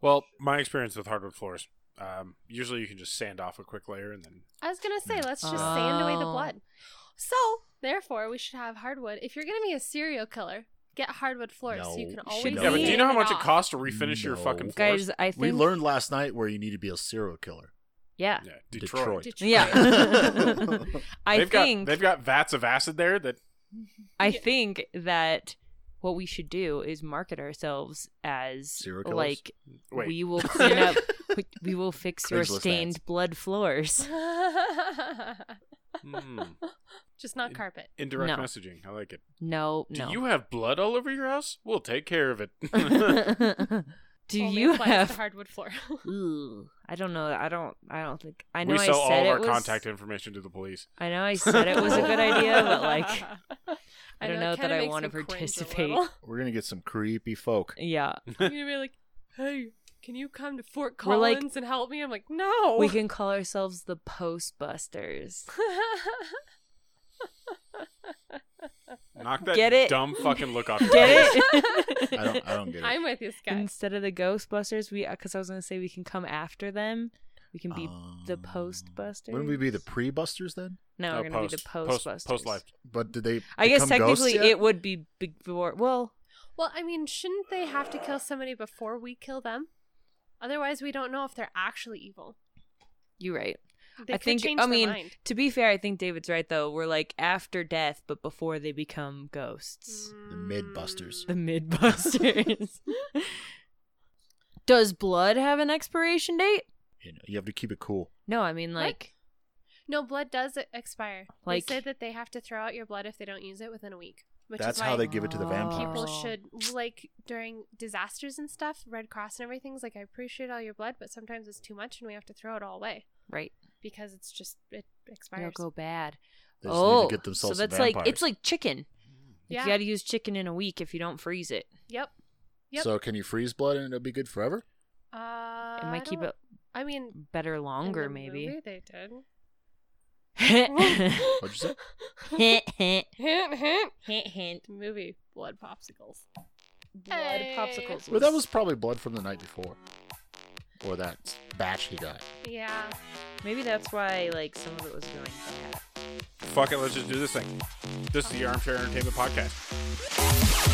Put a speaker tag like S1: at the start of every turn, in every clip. S1: Well, my experience with hardwood floors, um, usually you can just sand off a quick layer and then.
S2: I was gonna say, let's just sand away the
S3: Oh.
S2: blood. So, therefore, we should have hardwood. If you're gonna be a serial killer, get hardwood floors so you
S4: No.
S2: can
S4: Should
S2: always.
S3: be.
S1: Yeah, but do you
S2: sand
S1: know how much it
S2: off.
S1: costs to refinish your
S4: No.
S1: fucking floors?
S3: Guys, I think
S4: We learned last night where you need to be a serial killer.
S3: Yeah.
S1: yeah, Detroit.
S4: Detroit.
S2: Detroit.
S3: Yeah. uh, I
S1: they've
S3: think
S1: got they've got vats of acid there that
S3: I
S2: Yeah.
S3: think that what we should do is market ourselves as
S4: Serial killers?
S3: like
S1: wait.
S3: we will clean up we- we will fix your
S4: Craigslist ads.
S3: stained blood floors.
S1: Hmm.
S2: just not carpet.
S1: Indirect
S3: No.
S1: messaging. I like it.
S3: No,
S1: Do
S3: no.
S1: you have blood all over your house? We'll take care of it.
S3: Do
S2: Only
S3: you
S2: applies to
S3: have
S2: hardwood floor?
S3: Ooh, I don't know. I don't I don't think I know
S1: we
S3: I
S1: sell all
S3: said
S1: of our
S3: it was
S1: contact information to the police.
S3: I know I said it was a good idea, but like I don't know
S2: it
S3: that
S2: kinda
S3: I
S2: makes
S3: wanna
S2: me cringe a
S3: participate.
S2: little.
S4: We're gonna get some creepy folk.
S3: yeah.
S2: You're gonna be like, hey, can you come to Fort
S3: We're like-
S2: Collins and help me? I'm like, no.
S1: Oh.
S3: We can call ourselves the postbusters.
S1: Knock that
S3: Get it?
S1: dumb fucking look off. your face.
S3: Get it?
S4: I don't. I don't get it.
S2: I'm with you, Scott.
S3: Instead of the Ghostbusters, we because I was gonna say we can come after them. We can be the
S4: Um,
S3: Postbusters.
S4: Wouldn't we be the pre-busters then?
S3: No, we're
S1: No,
S3: gonna be the Postbusters.
S1: Post, post life.
S4: But did they?
S3: I guess
S4: become ghosts
S3: technically
S4: yet?
S3: it would be before. Well,
S2: Well, I mean, shouldn't they have to kill somebody before we kill them? Otherwise, we don't know if they're actually evil.
S3: you're right.
S2: They
S3: I
S2: could
S3: think.
S2: change
S3: I
S2: their
S3: mean,
S2: mind.
S3: to be fair, I think David's right though. We're like after death, but before they become ghosts.
S2: Mm.
S4: The mid-busters.
S3: The Midbusters. Does blood have an expiration date?
S4: You, know, you have to keep it cool.
S3: No, I mean
S2: What?
S3: like
S2: No, blood does e-, expire.
S3: Like-
S2: they say that they have to throw out your blood if they don't use it within a week. Which
S4: That's
S2: is why
S4: how they give it to the
S3: Oh.
S4: vampires.
S2: people
S3: Oh.
S2: should like during disasters and stuff. Red Cross and everything's like, I appreciate all your blood, but sometimes it's too much and we have to throw it all away
S3: right.
S2: because it's just it
S3: They'll
S2: expires.
S3: go bad.
S4: They just
S3: oh,
S4: need to get themselves
S3: so that's
S4: vampires.
S3: like it's like chicken. Like,
S2: Yeah.
S3: You got to use chicken in a week if you don't freeze it.
S2: Yep. Yep.
S4: So can you freeze blood and it'll be good forever?
S2: uh,
S3: It
S2: I
S3: might keep
S2: don't-
S3: it
S2: I mean, in
S3: better
S2: the
S3: longer, maybe.
S2: movie they did.
S3: hint,
S4: What'd you say?
S3: hint,
S2: hint, hint.
S3: hint, hint.
S2: The movie Blood Popsicles.
S3: Blood
S2: Hey.
S3: popsicles.
S4: Well, that was probably blood from the night before, or that batch he got.
S2: Yeah.
S3: maybe that's why like some of it was going bad.
S1: Fuck it, let's just do this thing. This is the Armchair Entertainment Podcast.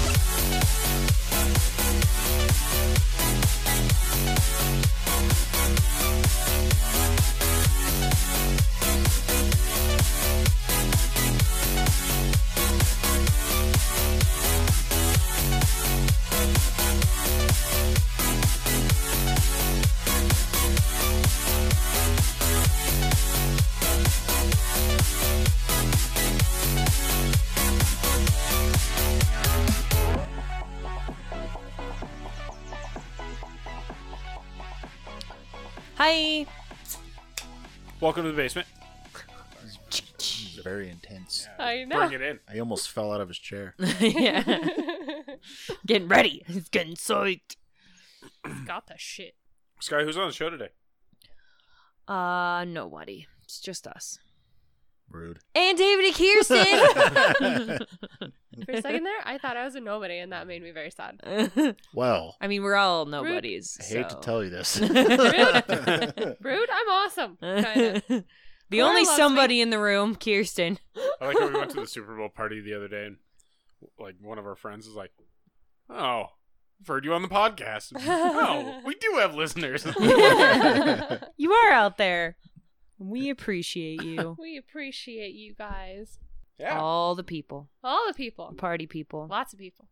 S3: Hi.
S1: Welcome to the basement.
S4: Very intense.
S2: I
S1: Bring it in.
S4: I almost fell out of his chair.
S3: yeah. getting ready. It's getting psyched.
S2: Got the shit.
S1: Sky, who's on the show today?
S3: Uh, nobody. It's just us.
S4: Rude.
S3: And David Kearson.
S2: For a second there, I thought I was a nobody, and that made me very sad.
S4: Well,
S3: I mean, we're all nobodies.
S4: I hate to tell you this.
S2: Rude, I'm awesome. Kinda.
S3: the
S2: Cora
S3: only
S2: loves
S3: somebody in the room, Kirsten.
S1: I like how we went to the Super Bowl party the other day, and like one of our friends is like, "Oh, I've heard you on the podcast. oh, we do have listeners."
S3: You are out there. We appreciate you.
S2: we appreciate you guys.
S1: yeah.
S3: All the people,
S2: All the people.
S3: party people.
S2: Lots of people.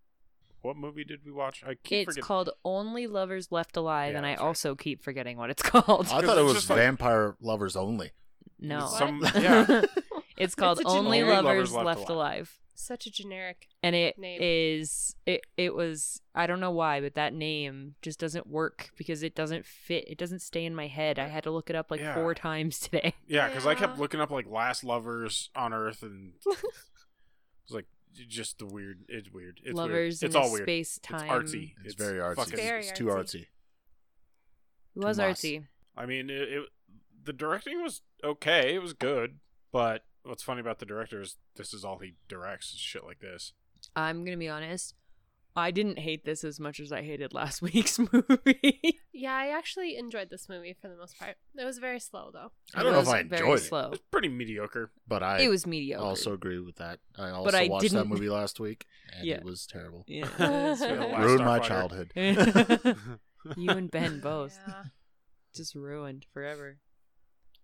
S1: What movie did we watch? I keep
S3: It's
S1: forgetting.
S3: called Only Lovers Left Alive,
S1: Yeah,
S3: and I
S1: that's right.
S3: also keep forgetting what it's called.
S4: I
S1: Because
S4: thought it
S1: it's
S4: was
S1: just like-
S4: vampire lovers only.
S3: no.
S1: It's Some,
S2: What?
S1: yeah.
S3: it's called
S2: It's a
S3: Only
S2: generic-
S3: Lovers Left, Alive.
S2: Such a generic.
S3: and it is
S2: name.
S3: it it was I don't know why, but that name just doesn't work because it doesn't fit. It doesn't stay in my head. I had to look it up like
S1: Yeah.
S3: four times today.
S1: Yeah, because I kept
S2: Yeah.
S1: looking up like last lovers on Earth, and it was like just the weird. It's weird. It's Weird.
S3: Lovers in
S1: It's all
S3: the
S1: weird.
S3: space time.
S1: It's artsy.
S4: It's, very artsy.
S1: fucking-
S2: Very
S4: it's too
S2: artsy.
S4: artsy.
S3: It was
S4: Tomas.
S3: artsy.
S1: I mean, it, it. The directing was okay. It was good, but what's funny about the director is this is all he directs is shit like this.
S3: I'm gonna be honest. I didn't hate this as much as I hated last week's movie.
S2: Yeah, I actually enjoyed this movie for the most part. It was very slow though.
S4: I don't know
S3: was
S4: if I
S3: very
S4: enjoyed it,
S3: slow.
S1: Pretty mediocre.
S4: but I
S3: It was mediocre.
S4: also agree with that. I also
S3: I
S4: watched that
S3: didn't-
S4: movie last week, and
S3: Yeah.
S4: it was terrible.
S3: yeah, it was
S2: Yeah,
S3: really-
S1: Last
S4: Ruined my
S1: Oh, Starfighter.
S4: childhood.
S3: you and Ben both
S2: Yeah.
S3: just ruined forever.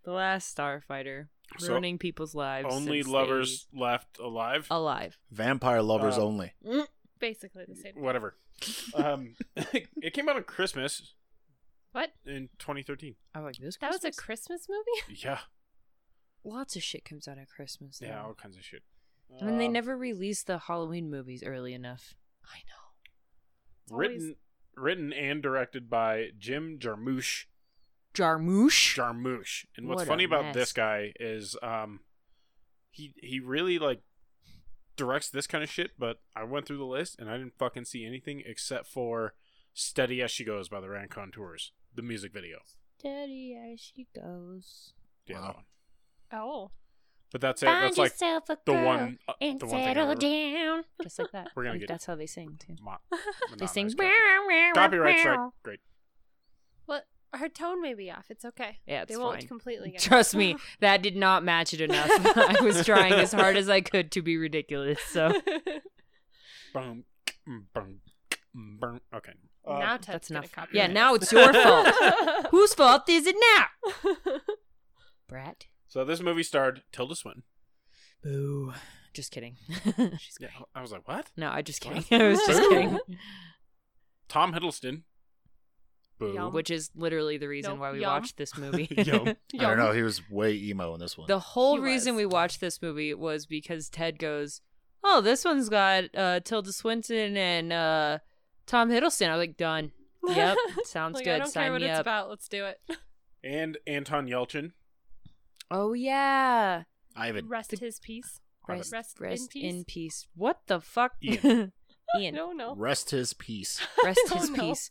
S3: The Last Starfighter,
S1: So,
S3: ruining people's lives.
S1: Only
S3: since
S1: lovers left alive.
S3: they- alive.
S4: Vampire lovers
S1: Uh,
S4: only.
S2: Basically the same.
S1: Whatever. um, it came out on Christmas
S2: What?
S1: in 2013.
S3: I like this.
S2: That was a
S3: Christmas?
S2: Christmas movie?
S1: Yeah.
S3: lots of shit comes out at Christmas.
S1: Yeah,
S3: though.
S1: all kinds of shit.
S3: I mean, they
S1: Um,
S3: never released the Halloween movies early enough.
S2: I know. It's always-
S1: written written and directed by Jim Jarmusch.
S3: Jarmusch.
S1: Jarmusch. And what's
S3: What a
S1: funny about
S3: mess.
S1: this guy is um he he really like directs this kind of shit, but I went through the list and I didn't fucking see anything except for Steady as She Goes by the Ran Contours, the music video.
S3: Steady as she goes.
S1: Yeah,
S4: Wow.
S1: that one.
S2: Oh.
S1: But that's it. That's like
S5: yourself a
S1: the one uh,
S5: and
S1: the one thing I
S5: settle
S1: remember.
S5: down.
S3: Just like that.
S1: We're gonna
S3: Like,
S1: get-
S3: that's how they sing too.
S1: Mo-
S3: They sing.
S1: monotonous copy- Copyright strike. Great.
S2: Well, her tone may be off. It's okay.
S3: Yeah, it's
S2: they won't
S3: fine.
S2: completely get it.
S3: Trust me, that did not match it enough. I was trying as hard as I could to be ridiculous. So
S1: Boom. mm, Boom. mm, boom. Okay. Uh,
S2: now Ted's
S3: that's
S2: gonna
S3: enough.
S2: copy
S3: Yeah,
S2: it.
S3: now it's your fault. Whose fault is it now? Brat.
S1: so this movie starred Tilda Swinton.
S3: Boo. Just kidding. She's
S1: Yeah,
S3: great.
S1: I was like, what?
S3: No, I just kidding.
S1: What?
S3: I was just
S1: Boo.
S3: kidding.
S1: Tom Hiddleston. Boo.
S2: Yum.
S3: Which is literally the reason
S2: Nope,
S3: why we
S2: yum.
S3: watched this movie.
S1: Yum.
S4: I don't know. He was way emo in this one.
S3: The whole
S2: He
S3: reason
S2: was.
S3: we watched this movie was because Ted goes, "Oh, this one's got uh, Tilda Swinton and uh, Tom Hiddleston." I was like, "Done. Yep, sounds
S2: Like,
S3: good.
S2: I don't
S3: Sign
S2: care what
S3: me
S2: it's
S3: up."
S2: about. Let's do it.
S1: And Anton Yelchin.
S3: Oh yeah,
S4: Ivan.
S2: Rest
S3: The-
S2: his peace.
S1: Ivan.
S3: rest,
S2: Rest
S3: rest,
S2: in
S3: in, peace.
S2: peace.
S3: What the fuck,
S1: Ian.
S3: Ian,
S2: No, no.
S4: Rest his peace.
S3: Rest
S2: I
S3: his
S2: don't know.
S3: peace.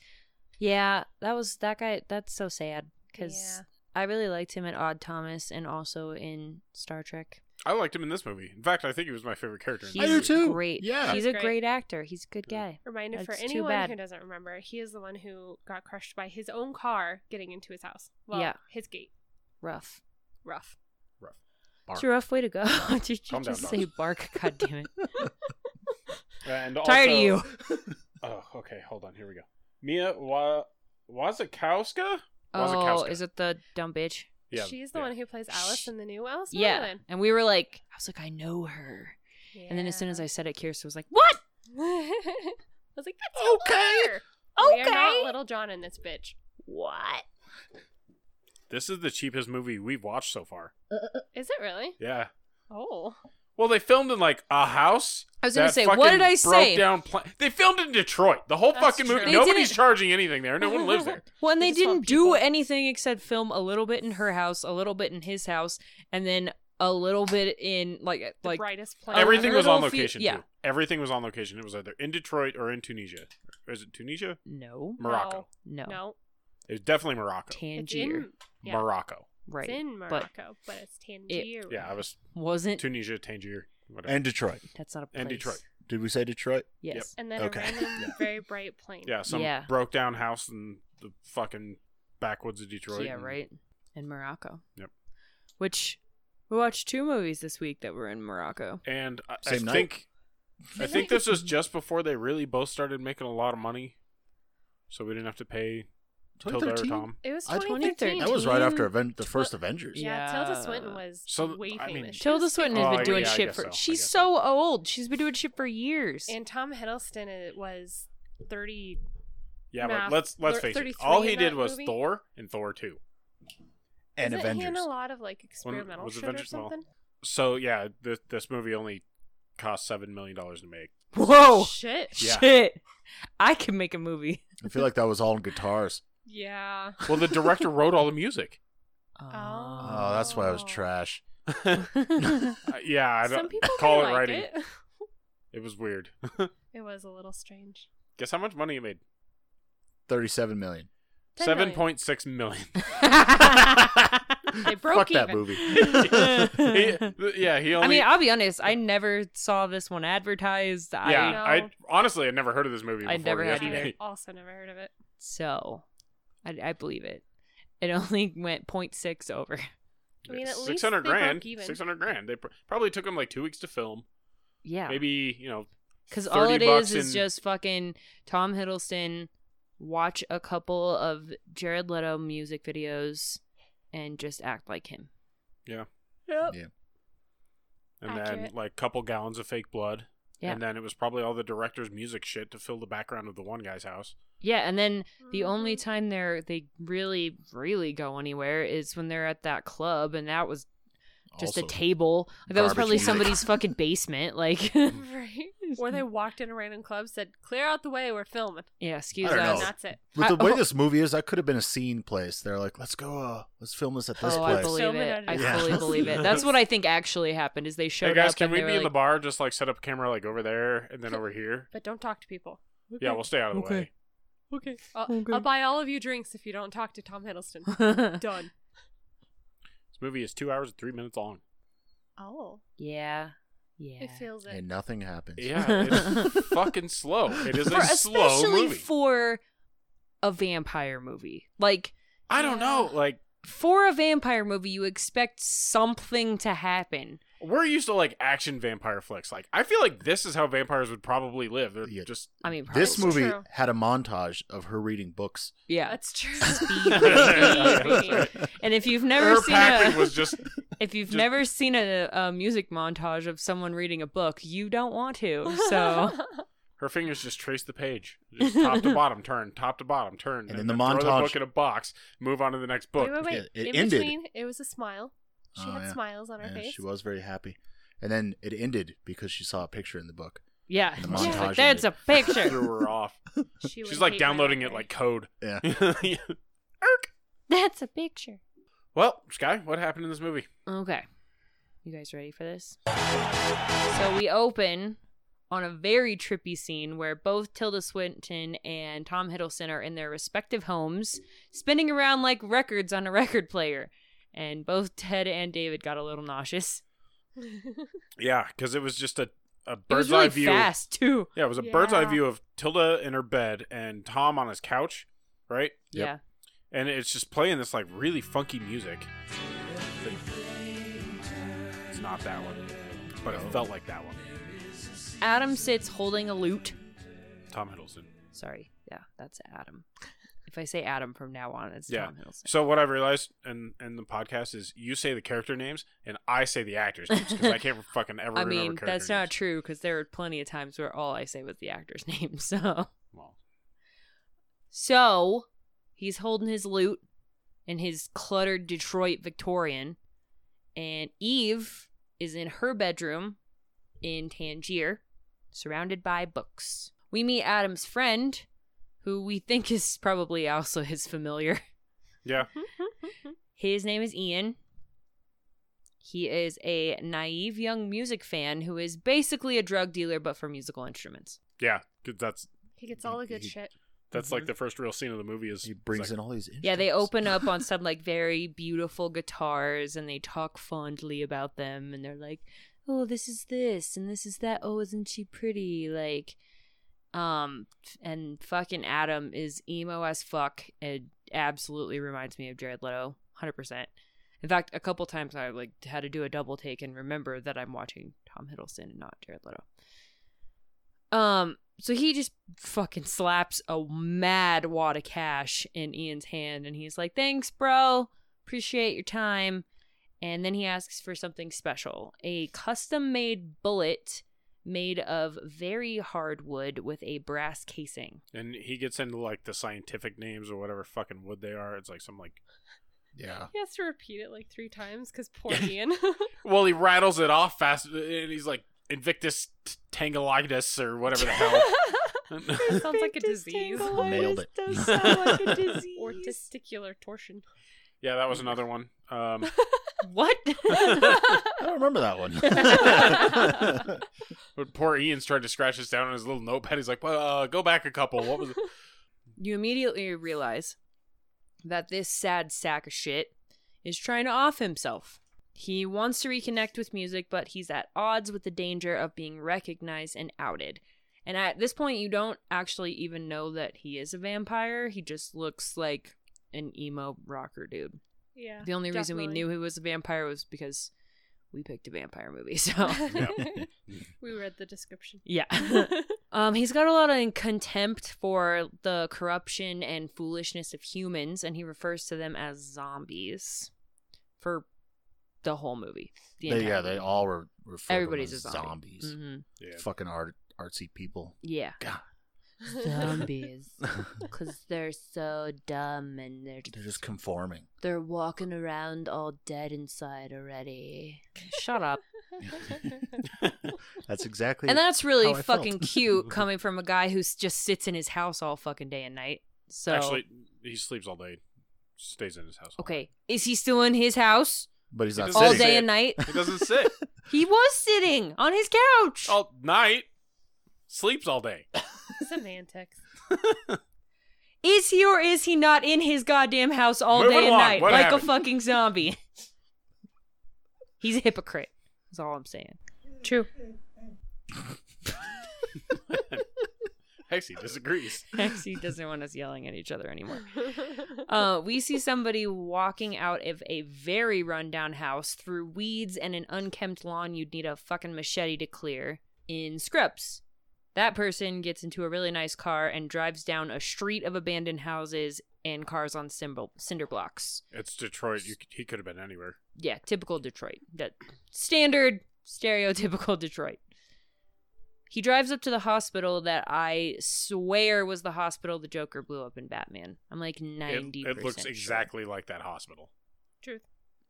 S3: Yeah, that was that guy. That's so sad because I really liked him at Odd Thomas and also in Star Trek.
S1: I liked him in this movie. In fact, I think he was my favorite character. In
S3: He's
S4: I do
S1: this movie.
S4: too.
S3: Great.
S4: Yeah.
S2: He's
S3: he's a
S2: great.
S3: great actor. He's a good guy.
S2: Reminder for
S3: That's too
S2: anyone
S3: bad.
S2: who doesn't remember, he is the one who got crushed by his own car getting into his house. Well,
S3: Yeah.
S2: his gate.
S3: Rough.
S2: Rough.
S4: Bark.
S3: It's a rough way to go. Did you
S1: Calm down,
S3: just
S1: dogs.
S3: say bark? God damn it.
S1: Uh, And
S3: Tired
S1: also-
S3: of you.
S1: Oh, okay. Hold on. Here we go. Mia Wa- Wazakowska?
S3: Oh, is it the dumb bitch?
S1: Yeah.
S2: She's the
S1: yeah.
S2: one who plays Alice in the new Alice in
S3: yeah.
S2: Wonderland.
S3: And we were like, I was like, I know her.
S2: yeah.
S3: And then as soon as I said it, Kirsten was like, What?
S2: I was like, that's
S1: Okay.
S2: okay. We are
S3: Okay.
S2: not Little John in this bitch.
S3: What?
S1: This is the cheapest movie we've watched so far.
S2: Is it really?
S1: Yeah.
S2: Oh.
S1: Well, they filmed in like a house.
S3: I was gonna
S1: that
S3: say, what
S1: fucking
S3: did I
S1: broke
S3: say?
S1: Down pla- they filmed in Detroit. The whole
S2: That's
S1: fucking
S2: true.
S1: movie.
S3: They
S1: Nobody's
S3: didn't-
S1: charging anything there. No one lives there.
S3: Well, and
S2: They
S3: they,
S2: just want
S3: didn't do
S2: people.
S3: anything except film a little bit in her house, a little bit in his house, and then a little bit in like
S2: The
S3: like
S2: brightest plan.
S1: Everything
S3: Every
S1: was on
S3: little fe-
S1: location.
S3: yeah.
S1: too. Everything was on location. It was either in Detroit or in Tunisia. Or is it Tunisia?
S3: no,
S1: Morocco.
S3: no,
S2: No.
S1: It was definitely Morocco.
S2: It's
S3: Tangier,
S2: in, yeah.
S1: Morocco.
S3: right?
S2: it's in Morocco, but, it's Tangier.
S1: Yeah, I was
S3: Wasn't
S1: Tunisia, Tangier, whatever.
S4: And Detroit.
S3: that's not a place.
S1: and Detroit.
S4: Did we say Detroit?
S3: Yes,
S2: And then
S4: Okay.
S2: a random,
S4: Yeah.
S2: very bright plane.
S1: Yeah, some
S3: Yeah.
S1: broke down house in the fucking backwoods of Detroit.
S3: yeah,
S1: and-
S3: right. In Morocco.
S1: Yep.
S3: Which we watched two movies this week that were in Morocco.
S1: And I, I
S4: Same night?
S1: think I
S2: Same
S1: think
S2: night?
S1: this was just before they really both started making a lot of money, so we didn't have to pay Tilda or
S4: 2013?
S1: Tom.
S2: It was
S3: Uh,
S4: I-
S2: 2013.
S4: That was right after
S3: 2013.
S4: Aven- the first Avengers.
S2: Yeah, Tilda
S3: Yeah.
S2: Swinton was
S1: So,
S2: way
S1: I
S2: famous.
S1: mean,
S2: She
S3: Tilda
S2: was
S3: Swinton
S1: Oh,
S3: has
S1: yeah,
S3: been doing
S1: I
S3: shit
S1: guess
S3: for.
S1: so. I
S3: She's
S1: guess
S3: so old. She's been doing shit for years.
S2: And Tom Hiddleston it was 30.
S1: Yeah,
S2: Math.
S1: but let's let's
S2: Thir-
S1: face it.
S2: 33
S1: All
S2: in
S1: he did
S2: that
S1: was
S2: movie?
S1: Thor and Thor two.
S2: Isn't
S4: And
S2: he in
S4: Avengers.
S2: a lot of like
S1: When-
S2: experimental
S1: was
S2: shit
S1: Avengers-
S2: or
S1: well,
S2: something?
S1: So yeah, this this movie only cost seven million dollars to make.
S3: Whoa,
S2: Shit.
S1: Yeah.
S3: shit! I can make a movie.
S4: I feel like that was all on guitars.
S2: Yeah.
S1: Well, the director wrote all the music.
S4: Oh, that's why it was
S2: Oh.
S4: trash.
S1: Uh, yeah, I
S2: Some
S1: don't
S2: people
S1: call
S2: may
S1: it
S2: like
S1: writing.
S2: It.
S1: It was weird.
S2: It was a little strange.
S1: Guess how much money it made?
S4: Thirty-seven million.
S2: 10
S1: Seven
S2: million.
S1: point six million.
S3: I
S2: They broke
S4: Fuck that
S2: even.
S4: movie.
S1: He- yeah, he only.
S3: mean, I'll be honest. I never saw this one advertised.
S1: yeah,
S3: I,
S2: No.
S1: I honestly had never heard of this movie.
S3: I
S1: Before
S3: never had
S1: yesterday.
S3: either.
S2: also never heard of it.
S3: so I, I believe it. It only went 0.6 over.
S2: I mean, at least
S1: six hundred
S2: they broke
S1: grand.
S2: even.
S1: Six hundred grand. They pr- probably took them like two weeks to film.
S3: Yeah.
S1: Maybe you know.
S3: Because all
S1: 30
S3: it
S1: bucks
S3: is is
S1: and-
S3: just fucking Tom Hiddleston watch a couple of Jared Leto music videos and just act like him.
S2: Yep.
S1: And then
S2: Accurate.
S1: like couple gallons of fake blood.
S3: Yeah.
S1: And then it was probably all the director's music shit to fill the background of the one guy's house.
S3: Yeah, and then the only
S2: Mm.
S3: time they're they really really go anywhere is when they're at that club, and that was just a
S4: Also,
S3: table. Like, that was
S4: garbage
S3: probably
S4: music.
S3: somebody's fucking basement. Like,
S2: Right. Or they walked in a random club, said, "Clear out the way, we're filming."
S3: yeah, excuse
S4: I don't
S2: And
S3: us.
S4: know.
S2: that's it.
S4: With the
S3: I-
S4: way
S3: oh.
S4: this movie is, that could have been a scene place. They're like, let's go, uh, let's film this at this
S3: Oh, I
S4: place.
S3: believe
S2: Film it
S3: it.
S2: at
S3: I
S4: his house.
S3: fully believe it. That's what I think actually happened. Is they showed
S1: hey guys,
S3: up
S1: can
S3: and
S1: we be
S3: they were
S1: in the
S3: like,
S1: bar? Just like set up a camera like over there and then over here.
S2: But don't talk to people.
S1: Yeah, we'll stay out of the
S3: Okay.
S1: way.
S2: Okay. I'll,
S3: Okay.
S2: I'll buy all of you drinks if you don't talk to Tom Hiddleston. Done.
S1: This movie is two hours and three minutes long.
S2: Oh,
S3: yeah, yeah.
S2: it feels it.
S4: And nothing happens.
S1: Yeah, it's fucking slow. It is
S3: For-
S1: a slow
S3: especially
S1: movie.
S3: for a vampire movie. Like
S1: I don't know. Like
S3: for a vampire movie, you expect something to happen.
S1: we're used to like action vampire flicks. Like I feel like this is how vampires would probably live. They're
S4: Yeah.
S1: just
S3: I mean, probably,
S4: This
S2: That's
S4: movie
S2: true.
S4: had a montage of her reading books.
S3: yeah.
S2: That's true.
S3: Speed
S1: Yeah,
S3: reading.
S1: that's right.
S3: And if you've never
S1: her
S3: seen
S1: packing
S3: a,
S1: was just
S3: if you've
S1: just-
S3: never seen a, a music montage of someone reading a book, you don't want to. So
S1: her fingers just trace the page, just top to bottom, turn top to bottom, turn,
S4: And in the
S1: then throw
S4: montage-
S1: the book in a box, move on to the next book.
S2: wait, wait, wait.
S4: Yeah, it
S2: In
S4: ended.
S2: between, it was a smile. She
S4: Oh,
S2: had
S4: yeah.
S2: smiles on her
S4: and
S2: face.
S4: she was very happy. And then it ended because she saw a picture in the book.
S3: yeah,
S4: The
S3: She's like,
S4: montage
S3: that's a
S4: ended.
S3: picture.
S1: Threw her off.
S2: She would
S1: She's like
S2: hate my
S1: downloading it
S2: library.
S1: like code.
S4: Yeah.
S1: Erk.
S3: that's a picture.
S1: Well, Sky, what happened in this movie?
S3: Okay. You guys ready for this? So we open on a very trippy scene where both Tilda Swinton and Tom Hiddleston are in their respective homes, spinning around like records on a record player. And both Ted and David got a little nauseous.
S1: Yeah, because it was just a, a
S3: It was
S1: bird's
S3: really
S1: eye view.
S3: fast too.
S1: Yeah, it was a bird's eye
S2: Yeah.
S1: view of Tilda in her bed and Tom on his couch, right?
S4: Yep.
S3: Yeah.
S1: And it's just playing this like really funky music. It's not that one, but it felt like that one.
S3: Adam sits holding a lute.
S1: Tom Hiddleston.
S3: Sorry. Yeah, that's Adam. If I say Adam from now on, it's
S1: Yeah.
S3: Tom Hiddleston.
S1: So what I've realized in in the podcast is you say the character names and I say the actors names because I can't fucking ever.
S3: I
S1: remember
S3: mean,
S1: character
S3: that's not
S1: names.
S3: true because there were plenty of times where all I say was the actor's name. So.
S1: Well,
S3: So he's holding his loot in his cluttered Detroit Victorian, and Eve is in her bedroom in Tangier, surrounded by books. We meet Adam's friend, who we think is probably also his familiar.
S1: yeah,
S3: His name is Ian. He is a naive young music fan who is basically a drug dealer but for musical instruments.
S1: yeah, 'cause that's
S2: He gets all the good
S4: He-
S2: shit.
S1: that's like the first real scene of the movie is
S4: He brings
S1: it's
S4: in
S1: like,
S4: all these.
S3: Yeah, they
S4: instruments.
S3: open up on some like very beautiful guitars and they talk fondly about them and they're like, "Oh, this is this and this is that. Oh, isn't she pretty?" Like um and fucking Adam is emo as fuck. It absolutely reminds me of Jared Leto 100%. In fact, a couple times I like had to do a double take and remember that I'm watching Tom Hiddleston and not Jared Leto. Um, so he just fucking slaps a mad wad of cash in Ian's hand and he's like, Thanks, bro. Appreciate your time. And then he asks for something special a custom made bullet made of very hard wood with a brass casing.
S1: and he gets into like the scientific names or whatever fucking wood they are. It's like some like
S4: Yeah.
S2: He has to repeat it like three times because poor Ian.
S1: well, he rattles it off fast uh, and he's like Invictus t- Tangalitis or whatever the hell.
S2: Sounds like a disease.
S4: Nailed it.
S3: Does sound like a
S2: or
S3: disease.
S2: testicular torsion.
S1: yeah, that was another one. Um,
S3: what?
S4: I don't remember that one.
S1: but poor Ian's trying to scratch this down on his little notepad. He's like, "Well, uh, go back a couple. What was it?
S3: you immediately realize that this sad sack of shit is trying to off himself. He wants to reconnect with music, but he's at odds with the danger of being recognized and outed. And at this point, you don't actually even know that he is a vampire. He just looks like an emo rocker dude.
S2: Yeah.
S3: the only reason we knew he was a vampire was because we picked a vampire movie. So,
S1: Yeah.
S2: we read the description.
S3: yeah. Um, he's got a lot of contempt for the corruption and foolishness of humans, and he refers to them as zombies for the whole movie. The
S4: They,
S3: entire
S4: yeah, they
S3: movie.
S4: all re- refer to
S3: Everybody's
S4: them
S3: a
S4: as
S3: zombie.
S4: zombies.
S3: Mhm.
S1: Yeah.
S4: Fucking art, artsy people.
S3: Yeah,
S4: God,
S3: zombies, because they're so dumb and they're
S4: they're just conforming.
S3: they're walking around all dead inside already. Shut up.
S4: That's exactly.
S3: and that's really
S4: how I felt.
S3: fucking cute coming from a guy who s- just sits in his house all fucking day and night. So
S1: Actually, he sleeps all day, stays in his house. all
S3: okay, is he still in his house
S4: but he's not
S1: He
S3: all
S1: doesn't
S4: sitting.
S3: day
S1: sit.
S3: and night?
S1: day. He doesn't sit
S3: He was sitting on his couch.
S1: all night. Sleeps all day.
S2: Semantics.
S3: Is he or is he not in his goddamn house all
S1: Move
S3: day and
S1: along.
S3: night
S1: What
S3: like a
S1: happened?
S3: fucking zombie? He's a hypocrite. That's all I'm saying.
S2: True.
S1: Hexy disagrees.
S3: He doesn't want us yelling at each other anymore. Uh, we see somebody walking out of a very rundown house through weeds and an unkempt lawn you'd need a fucking machete to clear in Scrubs. That person gets into a really nice car and drives down a street of abandoned houses and cars on cymbal- cinder blocks.
S1: It's Detroit. You, c- he could have been anywhere.
S3: Yeah, typical Detroit. That standard, stereotypical Detroit. He drives up to the hospital that I swear was the hospital the Joker blew up in Batman. I'm like
S1: It,
S3: 90%.
S1: it looks
S3: sure.
S1: exactly like that hospital.
S2: Truth.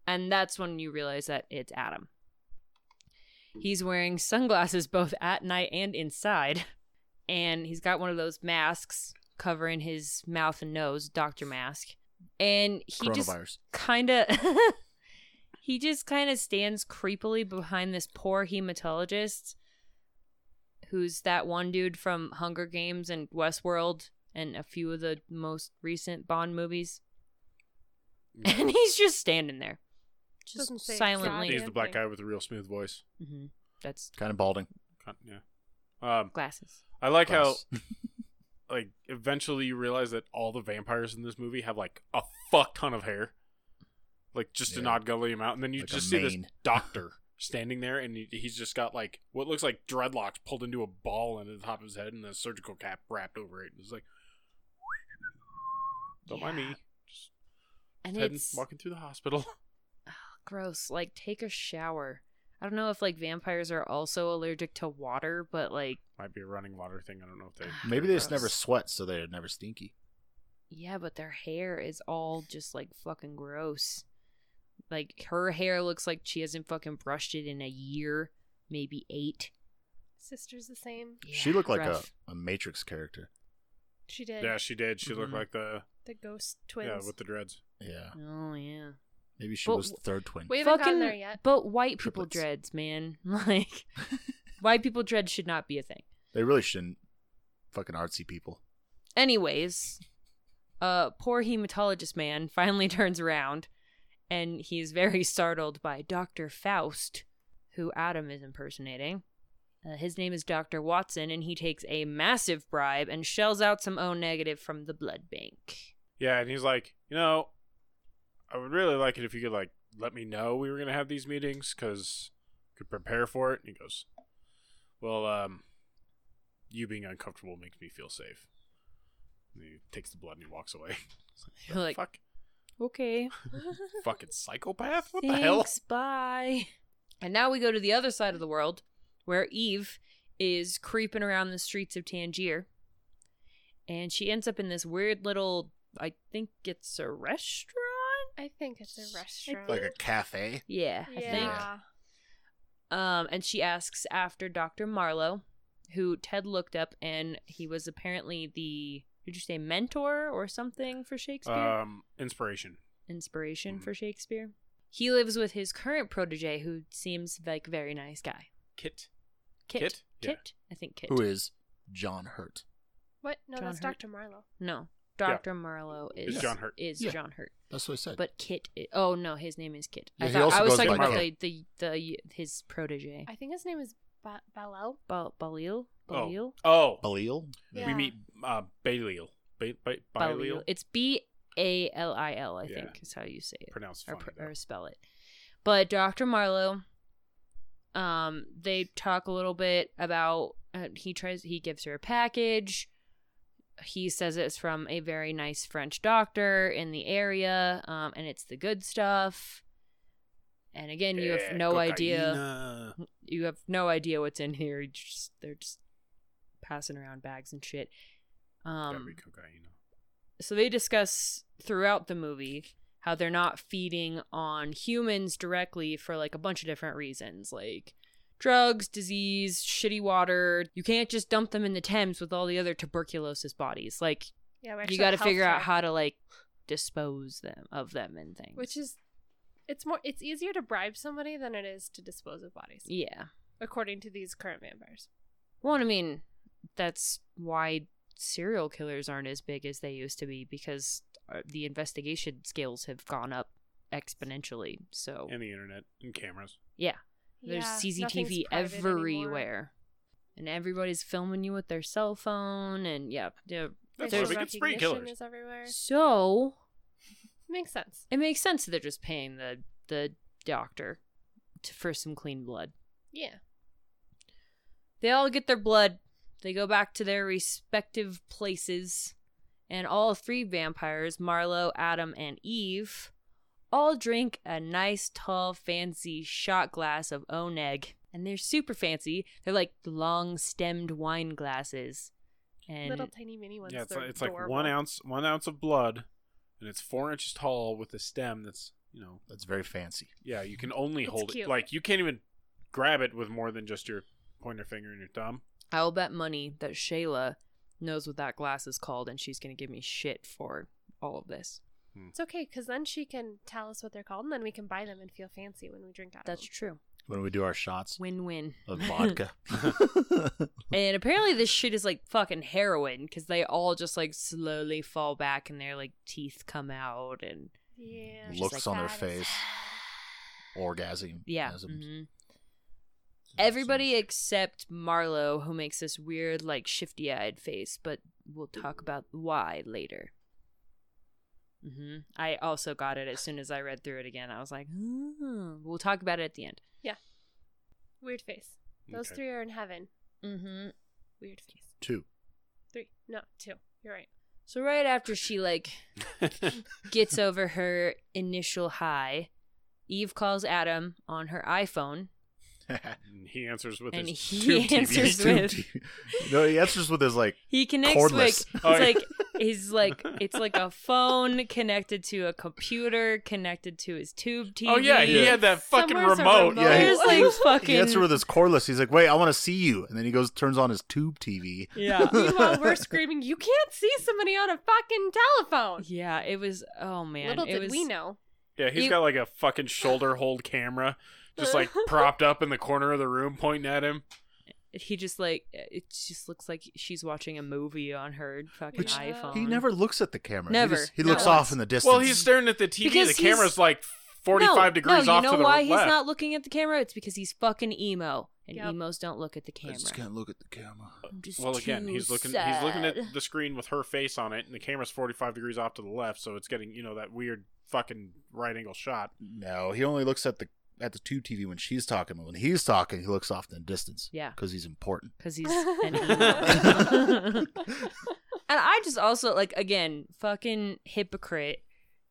S3: And that's when you realize that it's Adam. He's wearing sunglasses both at night and inside. And he's got one of those masks covering his mouth and nose, doctor mask. And he just
S4: Coronavirus.
S3: kind of he just kind of stands creepily behind this poor hematologist who's that one dude from Hunger Games and Westworld and a few of the most recent Bond movies. And he's just standing there. Just
S2: Doesn't say
S3: silently.
S1: He's
S2: Yeah,
S1: the black
S2: like-
S1: guy with a real smooth voice.
S3: hmm That's
S4: Kind of balding.
S1: Con- Yeah. Um,
S3: glasses.
S1: I like how
S4: Gross.
S1: like eventually you realize that all the vampires in this movie have like a fuck ton of hair, like just an
S4: Yeah.
S1: odd gully amount, and then you
S4: Like a
S1: just see this
S4: mane.
S1: doctor standing there, and he, he's just got like what looks like dreadlocks pulled into a ball into the top of his head, and a surgical cap wrapped over it. It's like, don't mind
S3: Yeah.
S1: me,
S3: And
S1: heading,
S3: it's
S1: walking through the hospital.
S3: gross. Like take a shower. I don't know if like vampires are also allergic to water, but like
S1: Might be a running water thing. I don't know if they.
S4: Maybe they just never
S3: Gross.
S4: sweat, so they're never stinky.
S3: Yeah, but their hair is all just like fucking gross. Like her hair looks like she hasn't fucking brushed it in a year, maybe eight.
S2: Sister's the same.
S4: she
S3: Yeah,
S4: looked like a,
S3: rough.
S4: a Matrix character.
S2: She did.
S1: Yeah, she did. She looked
S3: Mhm.
S1: like the
S2: The ghost twins.
S1: yeah with the dreads.
S4: Yeah.
S3: Oh yeah.
S4: Maybe she
S3: Well,
S4: was the third twin.
S2: we haven't gotten there yet.
S3: But white people
S4: Triplets.
S3: dreads, man. Like white people dreads should not be a thing.
S4: They really shouldn't. Fucking artsy people.
S3: Anyways, uh poor hematologist man finally turns around and he's very startled by Dr. Faust, who Adam is impersonating. Uh, his name is Dr. Watson and he takes a massive bribe and shells out some O negative from the blood bank.
S1: Yeah, and he's like, you know, I would really like it if you could like let me know we were gonna have these meetings because could prepare for it. And he goes, well, um, you being uncomfortable makes me feel safe. And he takes the blood and he walks away. It's
S3: You're like,
S1: fuck,
S3: Okay.
S1: fucking psychopath! What the hell?
S3: Thanks. Bye. And now we go to the other side of the world where Eve is creeping around the streets of Tangier. And she ends up in this weird little, I think it's a restaurant?
S2: I think it's a restaurant.
S4: Like a cafe.
S3: Yeah, I think.
S2: yeah.
S3: Um, and she asks after Dr. Marlowe, who Ted looked up, and he was apparently the, did you say mentor or something for Shakespeare?
S1: Um, inspiration.
S3: Inspiration
S1: mhm.
S3: for Shakespeare. He lives with his current protege, who seems like a very nice guy.
S1: Kit.
S3: Kit. Kit?
S1: Kit? Yeah.
S3: I think Kit.
S4: Who is John Hurt?
S2: What? No,
S3: John
S2: that's
S3: Hurt.
S2: Dr. Marlowe.
S3: No. Dr. Marlowe is,
S1: It's John Hurt.
S3: Is
S4: Yeah.
S3: John Hurt.
S4: That's what I said.
S3: But Kit. i- oh, no, his name is Kit.
S4: Yeah,
S3: I,
S4: he
S3: thought,
S4: also
S3: I was
S4: goes
S3: talking
S1: by
S3: about the,
S4: Kit.
S3: the, the, his protege.
S2: I think his name is ba- Balel.
S3: Bal- Balil?
S1: Oh.
S3: Balil?
S1: Oh,
S4: Belial?
S2: Yeah.
S1: we meet uh, Baliel. Ba- ba-
S3: Balil.
S1: Baliel.
S3: It's B A L I L, I
S1: Yeah.
S3: think is how you say it
S1: Pronounced
S3: or,
S1: funny.
S3: pr-
S1: though.
S3: or spell it. But Dr. Marlowe, um, they talk a little bit about uh, he tries he gives her a package. He says it's from a very nice French doctor in the area, um, and it's the good stuff. And again, you have
S1: Yeah,
S3: no idea.
S1: cocaina.
S3: You have no idea what's in here. You just, they're just passing around bags and shit. Um,
S1: Gotta be cocaina.
S3: so they discuss throughout the movie how they're not feeding on humans directly for like a bunch of different reasons like drugs disease shitty water you can't just dump them in the thames with all the other tuberculosis bodies like
S2: Yeah,
S3: you got to figure out how to like dispose them of them and things
S2: Which is, it's more, it's easier to bribe somebody than it is to dispose of bodies,
S3: yeah
S2: according to these current vampires.
S3: well i mean that's why serial killers aren't as big as they used to be because uh, the investigation skills have gone up exponentially so
S1: And the internet and cameras.
S3: yeah There's
S2: Yeah, nothing's
S3: CCTV
S2: private anymore.
S3: everywhere. And everybody's filming you with their cell phone and yeah. yeah.
S1: That's why
S3: Facial
S2: Facial
S1: we get spree
S2: recognition
S1: killers.
S2: Is everywhere.
S3: So
S2: Makes sense.
S3: it makes sense that they're just paying the the doctor to, for some clean blood.
S2: Yeah.
S3: They all get their blood. They go back to their respective places. And all three vampires, Marlowe, Adam, and Eve, all drink a nice, tall, fancy shot glass of Oneg. And they're super fancy. They're like long stemmed wine glasses. And
S2: Little tiny mini ones.
S1: yeah, it's,
S2: They're
S1: like, it's like
S2: adorable.
S1: one ounce, one ounce of blood, and it's four inches tall with a stem that's you know
S4: That's very fancy.
S1: Yeah, you can only
S2: It's
S1: hold
S2: cute.
S1: it. Like you can't even grab it with more than just your pointer finger and your thumb.
S3: I'll bet money that Shayla knows what that glass is called and she's going to give me shit for all of this.
S2: It's okay because then she can tell us what they're called, and then we can buy them and feel fancy when we drink out. of
S3: That's
S2: them.
S3: true.
S4: When we do our shots
S3: Win win.
S4: of vodka.
S3: And apparently this shit is like fucking heroin because they all just like slowly fall back and their like teeth come out and
S2: Yeah. she's
S4: Looks on their
S2: "That is
S4: face. Orgasm.
S3: yeah.
S4: Orgasms.
S3: mhm. Everybody except Marlowe who makes this weird like shifty-eyed face, but we'll talk about why later. hmm I also got it as soon as I read through it again. I was like, "Hmm." we'll talk about it at the end.
S2: Weird face. Those
S1: Okay.
S2: three are in heaven.
S3: Mm-hmm.
S2: Weird face.
S4: Two.
S2: Three. No, two. You're right.
S3: So right after she like gets over her initial high, Eve calls Adam on her iPhone.
S1: And he answers with
S3: And
S1: his
S3: he
S1: tube TV.
S3: answers
S1: Tube
S3: with-
S1: TV.
S4: no, he answers with his like
S3: He connects
S4: cordless.
S3: with it's
S1: Oh, yeah.
S3: like is like it's like a phone connected to a computer connected to his tube TV.
S1: Oh yeah, he
S4: Yeah.
S1: had that fucking
S2: Somewhere's a
S1: remote.
S2: remote.
S4: Yeah,
S3: There's
S4: he-
S3: like
S4: He answers
S3: fucking
S4: with his cordless. He's like, "Wait, I want to see you," and then he goes, turns on his tube TV.
S3: yeah.
S2: Meanwhile, we're screaming, "You can't see somebody on a fucking telephone!"
S3: Yeah, it was. Oh man,
S2: Little
S3: it
S2: did
S3: was,
S2: we know.
S1: Yeah, he's
S3: You-
S1: got like a fucking shoulder hold camera, just like propped up in the corner of the room, pointing at him.
S3: He just like it just looks like she's watching a movie on her fucking
S2: Which-
S3: iPhone.
S4: He never looks at the camera.
S3: Never.
S4: He, just- he
S3: Not
S4: looks
S3: once.
S4: off in the distance.
S1: Well, he's staring at the TV.
S3: Because
S1: the
S3: he's-
S1: camera's like
S3: No,
S1: forty-five degrees
S3: no,
S1: off
S3: you know
S1: to the
S3: why
S1: left.
S3: he's not looking at the camera? It's because he's fucking emo, and
S2: Yep.
S3: emos don't look at the
S4: I
S3: camera.
S4: just can't look at the camera.
S3: I'm just
S1: well, again,
S3: too
S1: he's looking. He's looking
S3: sad.
S1: at the screen with her face on it, and the camera's forty-five degrees off to the left, so it's getting you know that weird fucking right angle shot.
S4: No, he only looks at the at the tube TV when she's talking. But when he's talking, he looks off in the distance.
S3: Yeah.
S4: because he's important.
S3: because he's an emo. And I just also like again, fucking hypocrite.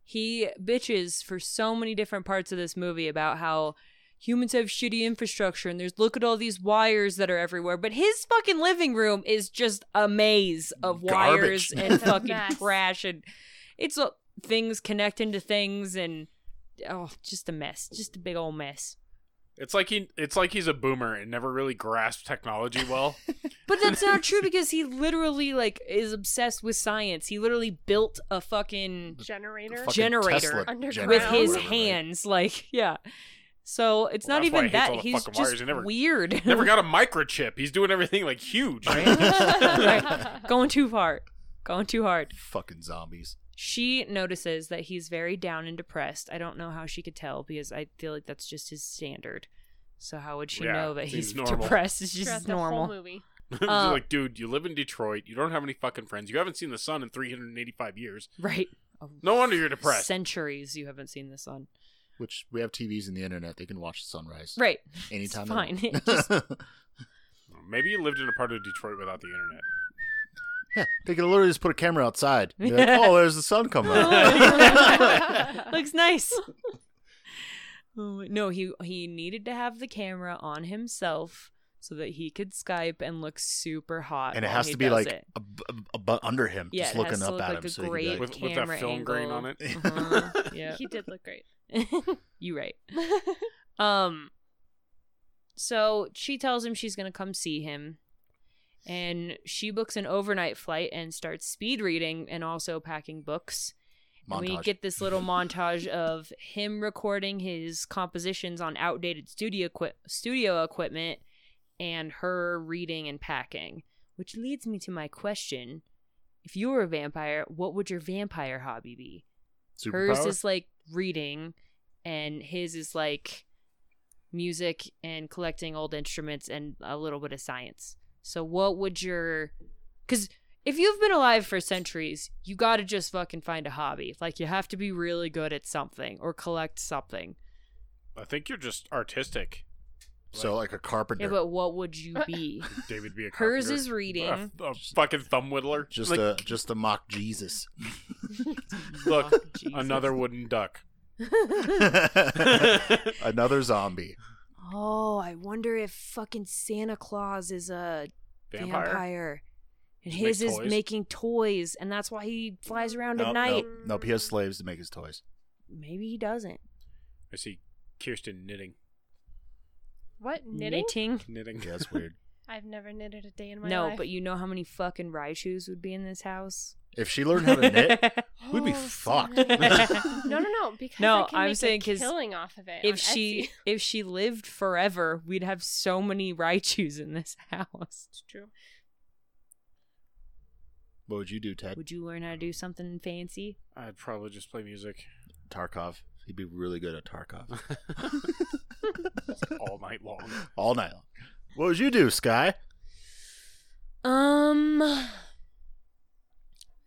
S3: He bitches for so many different parts of this movie about how humans have shitty infrastructure and there's look at all these wires that are everywhere, but his fucking living room is just a maze of wires
S4: Garbage.
S3: and
S2: It's a
S3: fucking
S2: mess.
S3: trash and it's uh, things connecting to things and oh, just a mess, just a big old mess.
S1: It's like he it's like he's a boomer and never really grasped technology well.
S3: But that's not true because he literally like is obsessed with science. He literally built a fucking
S4: The
S2: Generator.
S4: fucking
S3: Generator
S4: Tesla
S2: Underground.
S4: generator
S3: with
S4: or
S3: his
S4: whatever, right?
S3: hands. Like, yeah. So it's
S1: Well,
S3: not
S1: that's why
S3: even
S1: he hates
S3: that.
S1: all the
S3: He's
S1: fucking
S3: just
S1: wires. He never-
S3: weird.
S1: never got a microchip. He's doing everything like huge.
S3: Right? Going too far. Going too hard.
S4: Fucking zombies.
S3: She notices that he's very down and depressed. I don't know how she could tell because I feel like that's just his standard. So how would she
S1: Yeah,
S3: know that
S1: seems
S3: he's
S1: normal.
S3: depressed? It's
S2: throughout
S3: just
S2: the whole
S3: normal.
S2: movie.
S1: It's
S3: Uh,
S1: like, dude, you live in Detroit. You don't have any fucking friends. You haven't seen the sun in 385 years.
S3: Right. Oh,
S1: No wonder you're depressed.
S3: Centuries you haven't seen the sun.
S4: Which we have TVs and the internet. They can watch the sunrise
S3: Right.
S4: anytime. they
S3: It's fine.
S4: want.
S3: It just-
S1: Maybe you lived in a part of Detroit without the internet.
S4: yeah, they can literally just put a camera outside. and be like, oh, there's the sun coming
S1: Oh.
S4: up.
S3: Looks nice. Oh, no, he he needed to have the camera on himself so that he could Skype and look super hot.
S4: and it
S3: while
S4: has
S3: he
S4: to be
S3: does
S4: like
S3: it.
S4: ab- ab- ab- under him,
S3: Yeah,
S4: just
S3: it has
S4: looking
S3: to
S4: up
S3: look
S4: at
S3: like
S4: him.
S3: a
S4: so he can be
S3: great
S4: like,
S1: With, with that
S3: camera
S1: film grain
S3: angle.
S1: on it.
S3: Uh-huh. Yeah.
S2: He did look great.
S3: you right. Um so she tells him she's gonna come see him. And she books an overnight flight and starts speed reading and also packing books. And we
S4: montage.
S3: get this little montage of him recording his compositions on outdated studio equi- studio equipment and her reading and packing, which leads me to my question. If you were a vampire, what would your vampire hobby be? Hers
S4: Superpower?
S3: is like reading and his is like music and collecting old instruments and a little bit of science. So what would your cuz if you've been alive for centuries, you got to just fucking find a hobby. Like you have to be really good at something or collect something.
S1: I think you're just artistic.
S4: so like a carpenter,
S3: Yeah, but what would you be?
S1: David be a
S3: Hers
S1: carpenter.
S3: is reading.
S1: A, a fucking thumb whittler.
S4: just
S1: Like,
S4: a just a mock Jesus.
S1: Look,
S3: Fuck, Oh, Jesus.
S1: another wooden duck.
S4: Another zombie.
S3: Oh, I wonder if fucking Santa Claus is a
S1: Vampire.
S3: vampire. And
S1: Just
S3: his
S1: make
S3: is
S1: toys?
S3: making toys, and that's why he flies around
S4: Nope,
S3: at night.
S4: nope, nope. He has slaves to make his toys.
S3: Maybe he doesn't.
S1: I see Kirsten knitting.
S2: What knitting?
S1: Knitting.
S4: Yeah, that's weird.
S2: I've never knitted a day in my
S3: No,
S2: life.
S3: but you know how many fucking Raichus would be in this house?
S4: If she learned how to knit, we'd be
S2: Oh,
S4: fucked.
S2: no, no, no. Because
S3: No,
S2: I can
S3: I'm
S2: make
S3: saying
S2: a
S3: 'cause
S2: killing off of it.
S3: if
S2: on
S3: she
S2: Etsy.
S3: if she lived forever, we'd have so many Raichus in this house.
S2: it's true.
S4: what would you do, Ted?
S3: Would you learn how to do something fancy?
S1: I'd probably just play music
S4: Tarkov. He'd be really good at Tarkov.
S1: all night long.
S4: All night long. What would you do, Sky?
S3: Um, I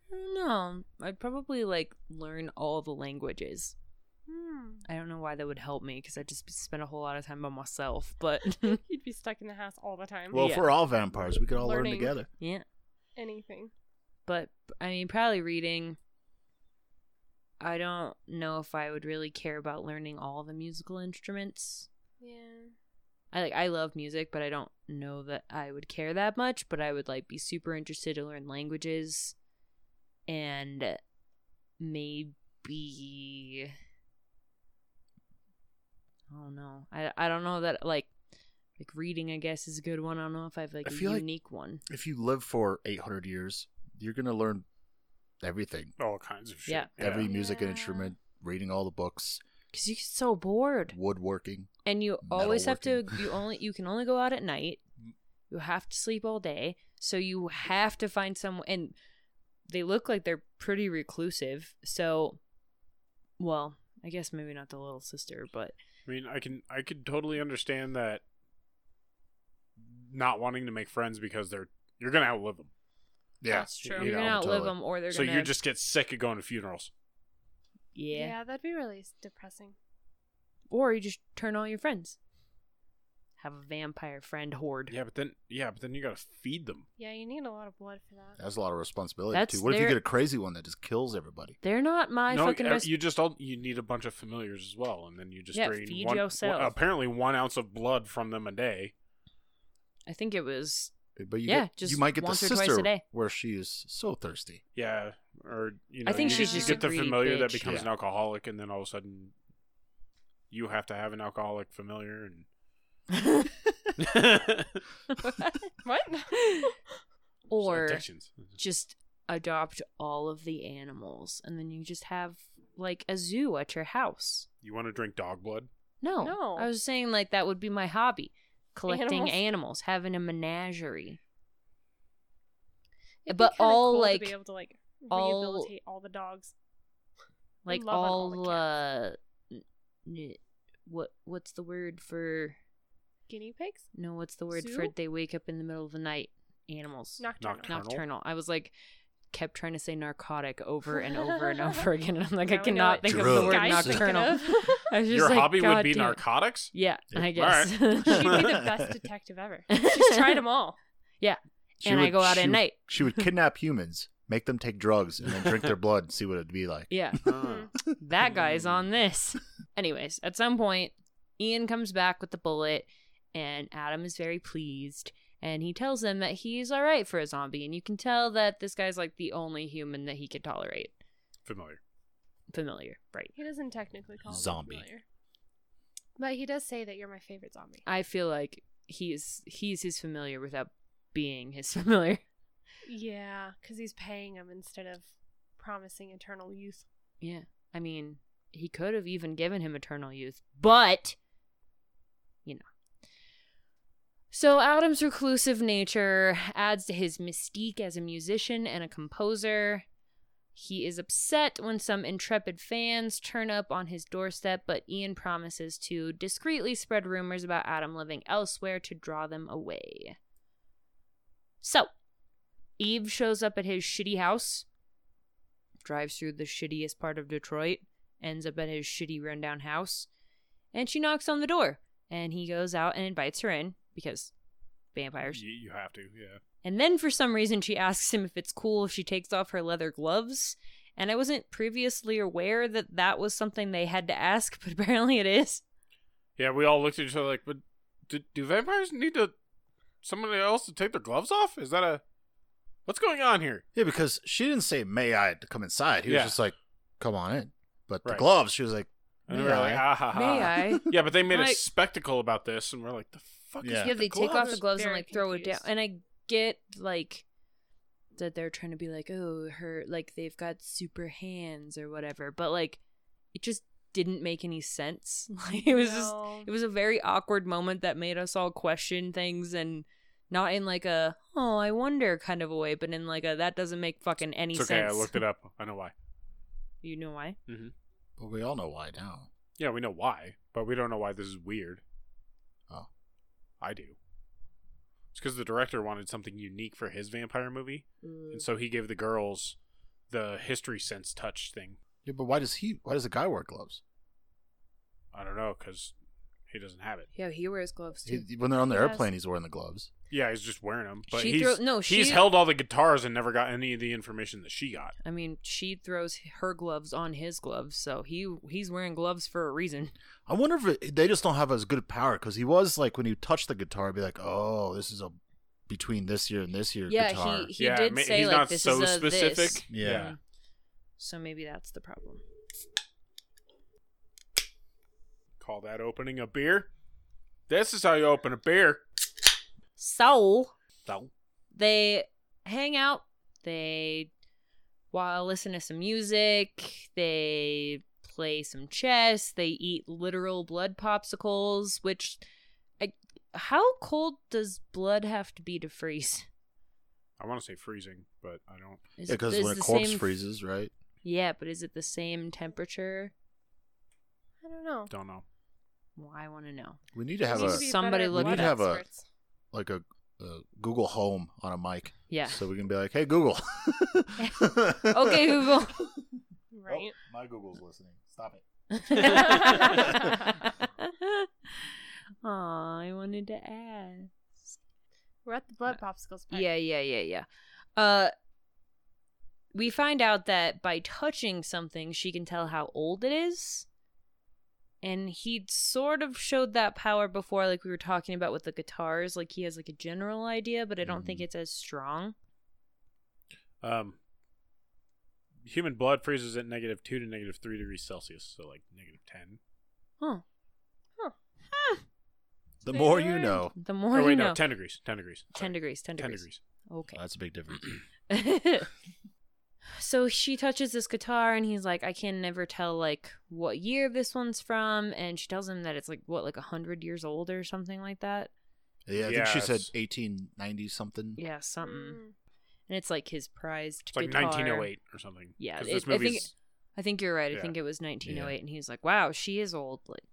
S3: don't know. I'd probably like learn all the languages.
S2: Hmm.
S3: I don't know why that would help me because I just spend a whole lot of time by myself. But
S2: You'd be stuck in the house all the time.
S4: Well,
S3: Yeah.
S4: if we're all vampires, we could all
S2: Learning.
S4: learn together.
S3: yeah,
S2: Anything.
S3: but I mean, probably reading. I don't know if I would really care about learning all the musical instruments.
S2: Yeah.
S3: I like I love music, but I don't know that I would care that much. But I would like be super interested to learn languages, and maybe I don't know. I I don't know that like like reading. I guess is a good one. I don't know if I have like
S4: I
S3: a
S4: feel like-
S3: unique one.
S4: If you live for 800 years, you're going to learn everything
S1: All kinds of shit.
S3: Yeah.
S4: every music
S2: Yeah.
S4: and instrument, reading all the books,
S3: Because you get so bored,
S4: woodworking.
S3: and you always have to.
S4: Metalworking.
S3: You only you can only go out at night. You have to sleep all day, so you have to find someone. And they look like they're pretty reclusive. So, well, I guess maybe not the little sister, but
S1: I mean, I can I could totally understand that not wanting to make friends because they're you're gonna outlive them.
S4: Yeah.
S2: That's true.
S3: you're
S1: know,
S3: gonna outlive
S4: totally.
S3: them, or they're
S1: So
S3: gonna.
S1: you just get sick of going to funerals.
S3: yeah.
S2: that'd be really s- depressing.
S3: or you just turn all your friends. Have a vampire friend horde.
S1: Yeah, but then yeah, but then you gotta feed them.
S2: Yeah, you need a lot of blood for that.
S4: That's a lot of responsibility,
S3: That's
S4: too. What if you
S3: their-
S4: get a crazy one that just kills everybody?
S3: They're not my
S1: no,
S3: fucking.
S1: you,
S3: Res-
S1: you just all you need a bunch of familiars as well, and then you just
S3: Yeah,
S1: drain
S3: feed
S1: one,
S3: yourself.
S1: well, apparently one ounce of blood from them a day.
S3: I think it was
S4: But you
S3: Yeah,
S4: get,
S3: just
S4: you might get
S3: once
S4: the
S3: or twice a
S4: sister
S3: day.
S4: where she is so thirsty.
S1: Yeah, or you know,
S3: I think
S1: you,
S2: she's
S1: you
S2: just
S1: get
S3: a
S1: the
S3: greedy
S1: familiar that
S3: bitch.
S1: becomes
S4: Yeah.
S1: an alcoholic, and then all of a sudden, you have to have an alcoholic familiar, and
S2: What?
S3: or
S1: addictions.
S3: just adopt all of the animals and then you just have like a zoo at your house.
S1: You want to drink dog blood?
S3: No.
S2: No.
S3: I was saying like that would be my hobby. Collecting
S2: Animals?
S3: animals, having a menagerie.
S2: It'd be
S3: But
S2: kinda
S3: all,
S2: cool
S3: like-
S2: to be able to like
S3: all-
S2: rehabilitate all the dogs.
S3: like
S2: love on all
S3: all,
S2: the
S3: uh n- n- what what's the word for
S2: Guinea pigs,
S3: no what's the word for
S2: Zoo?
S3: it they wake up in the middle of the night animals
S2: nocturnal.
S1: Nocturnal.
S3: nocturnal, i was like kept trying to say narcotic over and over and over again and i'm like
S2: Now we
S3: i
S2: know
S3: cannot
S2: what
S3: think of the
S4: Drugs.
S3: word
S2: Guy's thinking
S3: nocturnal
S2: of.
S3: I was just
S1: Your
S3: like,
S1: hobby
S3: "God
S1: would be
S3: damn it."
S1: narcotics?
S3: yeah
S4: Yeah.
S3: i
S4: All
S3: guess
S2: She'd be the best detective ever. She's tried them all.
S3: And I go out
S4: she
S3: at night.
S4: She would kidnap humans, make them take drugs, and then drink their blood and see what it'd be like.
S3: yeah
S1: Huh.
S3: that guy's
S1: Hmm.
S3: on this. Anyways, at some point, Ian comes back with the bullet, and Adam is very pleased. And he tells him that he's all right for a zombie, and you can tell that this guy's like the only human that he could tolerate.
S1: Familiar.
S3: Familiar, right?
S2: He doesn't technically call him
S4: Zombie.
S2: familiar. But he does say that you're my favorite zombie.
S3: I feel like he's he's his familiar without being his familiar.
S2: Yeah, because he's paying him instead of promising eternal youth.
S3: Yeah, I mean, he could have even given him eternal youth, but you know. So Adam's reclusive nature adds to his mystique as a musician and a composer. He is upset when some intrepid fans turn up on his doorstep, but Ian promises to discreetly spread rumors about Adam living elsewhere to draw them away. So, Eve shows up at his shitty house drives through the shittiest part of Detroit, ends up at his shitty rundown house, and she knocks on the door. And he goes out and invites her in because vampires.
S1: You, you have to, yeah.
S3: And then for some reason, she asks him if it's cool if she takes off her leather gloves. And I wasn't previously aware that that was something they had to ask, but apparently it is.
S1: Yeah, we all looked at each other like, but do, do vampires need to somebody else to take their gloves off? Is that a what's going on here?
S4: Yeah, because she didn't say, may I to come inside. He was
S1: Yeah.
S4: just like, come on in. But the
S1: Right.
S4: gloves, she was like,
S1: And we
S4: "May
S1: were like,
S4: I?"
S1: ah ha ha.
S3: May I?
S1: Yeah, but they made a
S3: Like-
S1: spectacle about this, and we're like, the fuck
S4: Yeah.
S1: is
S3: yeah,
S1: with
S3: they
S1: the
S3: take off the
S1: gloves?
S3: gloves and
S2: Very
S3: like throw it down
S2: confused.
S3: and i get like that they're trying to be like oh her like they've got super hands or whatever but like it just didn't make any sense like it was just
S2: No.
S3: it was a very awkward moment that made us all question things and not in like a oh i wonder kind of a way but in like a that doesn't make fucking any
S1: It's okay,
S3: sense
S1: I looked it up. I know why.
S3: you know why
S4: Well, we all know why now.
S1: Yeah, we know why, but we don't know why this is weird.
S4: Oh.
S1: I do. It's because the director wanted something unique for his vampire movie, and so he gave the girls the history sense touch thing.
S4: Yeah, but why does he, why does the guy wear gloves?
S1: I don't know because he doesn't have it.
S3: yeah he wears gloves too
S4: He, when they're on the
S2: He has-
S4: airplane, he's wearing the gloves.
S1: Yeah, he's just wearing them. But
S3: She
S1: he's
S3: throw- no,
S1: he's
S3: she-
S1: held all the guitars and never got any of the information that she got.
S3: I mean, she throws her gloves on his gloves, so he he's wearing gloves for a reason.
S4: I wonder if it, they just don't have as good power because he was like when you touch the guitar, it'd be like, oh, this is a between this year and this year
S3: yeah,
S4: guitar.
S3: he he
S1: yeah,
S3: did
S1: ma-
S3: say
S1: he's
S3: like
S1: not
S3: this
S1: so
S3: is a
S1: specific.
S3: this.
S4: Yeah.
S3: So maybe that's the problem.
S1: call that opening a beer. This is how you open a beer.
S3: So
S1: So
S3: they hang out. They while listen to some music. They play some chess. They eat literal blood popsicles. Which, I, how cold does blood have to be to freeze?
S1: I want to say freezing, but I don't.
S3: Is
S4: Yeah,
S3: it-
S4: because
S3: is
S4: when a
S3: the
S4: corpse
S3: same-
S4: freezes, right?
S3: Yeah, but is it the same temperature?
S2: I don't know.
S1: Don't know.
S3: Well, I want to know.
S4: We need to have
S2: We
S3: Need
S4: a
S2: to be
S3: Somebody
S2: better at
S3: look
S2: blood
S4: it up. We need to have a-
S2: experts.
S4: like a, a Google Home on a mic,
S3: Yeah.
S4: so we can be like, hey Google.
S3: Okay, Google.
S2: right.
S4: Oh, my Google's listening. Stop it.
S3: Aw, I wanted to ask.
S2: We're at the blood popsicles. Part.
S3: Yeah, yeah, yeah, yeah. Uh, we find out that by touching something, she can tell how old it is. And he sort of showed that power before, like we were talking about with the guitars. Like he has like a general idea, but I don't
S1: Mm-hmm.
S3: think
S4: Mhm.
S3: it's as strong.
S1: Um, human blood freezes at negative two to negative three degrees Celsius, so like negative ten.
S3: Huh.
S4: The
S2: They
S4: more you
S2: learned.
S4: know.
S3: The more
S1: oh wait,
S3: you
S1: no,
S3: know.
S1: ten degrees. Ten degrees.
S3: 10
S1: Sorry.
S3: degrees. 10
S1: Ten
S3: degrees.
S1: degrees.
S3: Okay.
S4: That's a big difference.
S3: so she touches this guitar and he's like i can never tell like what year this one's from and she tells him that it's like what like a 100 years old or something like that
S4: yeah, I think she said
S1: Yes.
S4: 1890 something.
S3: yeah something
S2: Mm.
S3: and it's like his prized
S1: It's like
S3: guitar.
S1: 1908 or something.
S3: Yeah,
S1: 'Cause
S3: it-
S1: this
S3: I think
S1: movie's
S3: I think you're right. I
S1: Yeah.
S3: think it was 1908, and he's like, "Wow, she is old." Like,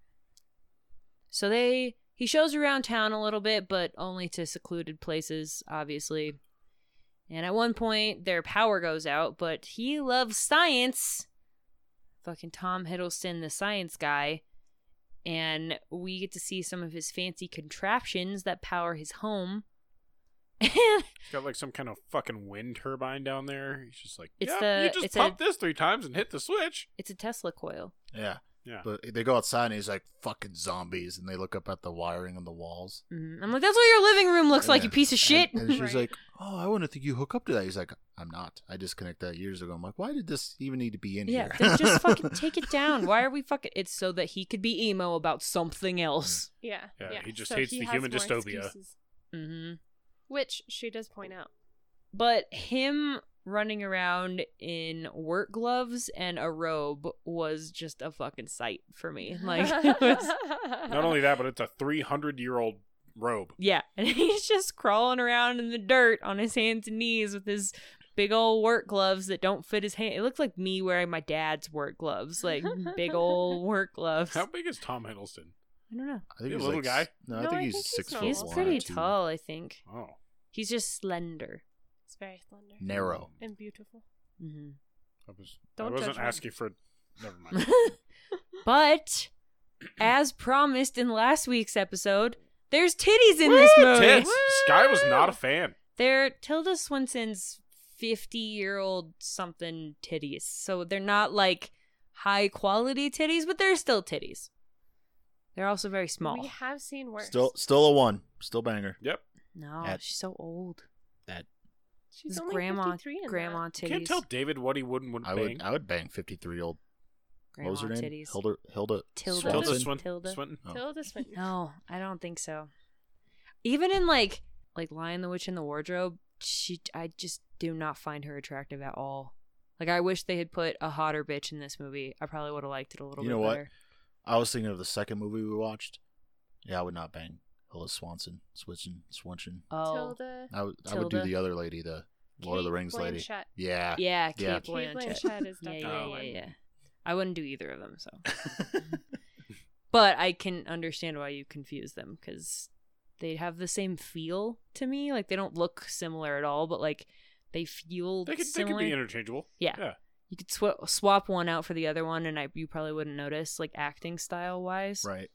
S3: so they he shows her around town a little bit, but only to secluded places, obviously. And at one point, their power goes out, but he loves science. Fucking Tom Hiddleston, the science guy, and we get to see some of his fancy contraptions that power his home. And
S1: he's got like some kind of fucking wind turbine down there. He's just like,
S3: It's
S1: yeah,
S3: the-
S1: you just
S3: it's a-
S1: pump this three times and hit the switch.
S3: it's a Tesla coil.
S4: Yeah.
S1: Yeah.
S4: But they go outside and he's like, fucking zombies. And they look up at the wiring on the walls.
S3: Mhm. I'm like, that's what your living room looks like, you
S4: Yeah.
S3: piece of shit.
S4: And, and she's
S2: Right.
S4: like, oh, I wouldn't think you hook up to that. He's like, I'm not. I disconnected that years ago. I'm like, why did this even need to be in
S3: Yeah,
S4: here?
S3: then just fucking take it down. Why are we fucking? It's so that he could be emo about something else.
S2: Yeah.
S1: Yeah, he just hates the
S2: has
S1: human
S2: more
S1: dystopia.
S2: excuses,
S3: hmm
S2: which she does point out.
S3: But him running around in work gloves and a robe was just a fucking sight for me. Like, it was,
S1: Not only that, but it's a 300 year old robe.
S3: yeah, and he's just crawling around in the dirt on his hands and knees with his big old work gloves that don't fit his hand. It looks like me wearing my dad's work gloves, like big old work gloves.
S1: How big is Tom Hiddleston?
S3: I don't know.
S4: I think
S1: Yeah,
S4: he's
S1: little
S4: like,
S1: guy.
S4: No, I
S2: No,
S4: think
S2: I
S4: he's
S2: think he's
S4: six foot
S2: normal.
S3: He's
S2: Well,
S4: one or
S3: pretty
S4: two.
S3: tall, I think.
S1: Oh,
S3: He's just slender.
S2: It's very slender
S4: Narrow.
S2: and beautiful.
S3: hmm
S1: I, was, I
S2: Don't
S1: wasn't
S2: judge me.
S1: asking for. Never mind.
S3: but as promised in last week's episode, there's titties in this
S1: Woo,
S3: movie.
S1: tits. Sky was not a fan.
S3: They're Tilda Swinton's 50 year old something titties. So they're not like high quality titties, but they're still titties. They're also very
S2: We
S3: small.
S2: have seen worse.
S4: Still, still a one. Still banger.
S1: Yep.
S3: No,
S4: At-
S3: she's so old.
S2: She's
S3: This
S2: only
S3: grandma,
S2: 53 in
S3: grandma
S1: You
S3: titties.
S1: Can't tell David what he would and wouldn't
S4: I
S1: bang.
S4: would, I would bang fifty-three year old. What
S3: grandma
S4: was her name?
S3: titties.
S4: Hilda, Hilda,
S3: Tilda.
S1: Tilda
S4: Swinton?
S1: Swin-
S3: Tilda.
S1: Swinton.
S2: that.
S4: Oh.
S2: Tilda Swinton.
S3: No, I don't think so. Even in like like Lion the Witch in the Wardrobe, she I just do not find her attractive at all. Like I wish they had put a hotter bitch in this movie. I probably would have liked it a little
S4: You
S3: bit
S4: know what?
S3: better.
S4: I was thinking of the second movie we watched. Yeah, I would not bang Hilda Swanson, Switching, Swinton.
S3: Oh.
S2: Tilda.
S4: I would, I would do
S3: Tilda.
S4: the other lady, the Lord of the
S2: Kate
S4: Rings lady.
S2: Blanchett.
S4: Yeah.
S3: Yeah, Kate
S4: Yeah.
S2: Kate
S3: Blanchett.
S2: Blanchett is
S3: yeah,
S2: definitely
S3: yeah,
S1: the
S3: yeah,
S1: one.
S3: yeah. I wouldn't do either of them, so. but I can understand why you confuse them cuz they have the same feel to me. Like they don't look similar at all, but like they feel
S1: They could, they
S3: similar.
S1: could be interchangeable.
S3: Yeah.
S1: Yeah.
S3: you could sw- swap one out for the other one and I, you probably wouldn't notice like acting style wise
S4: Right.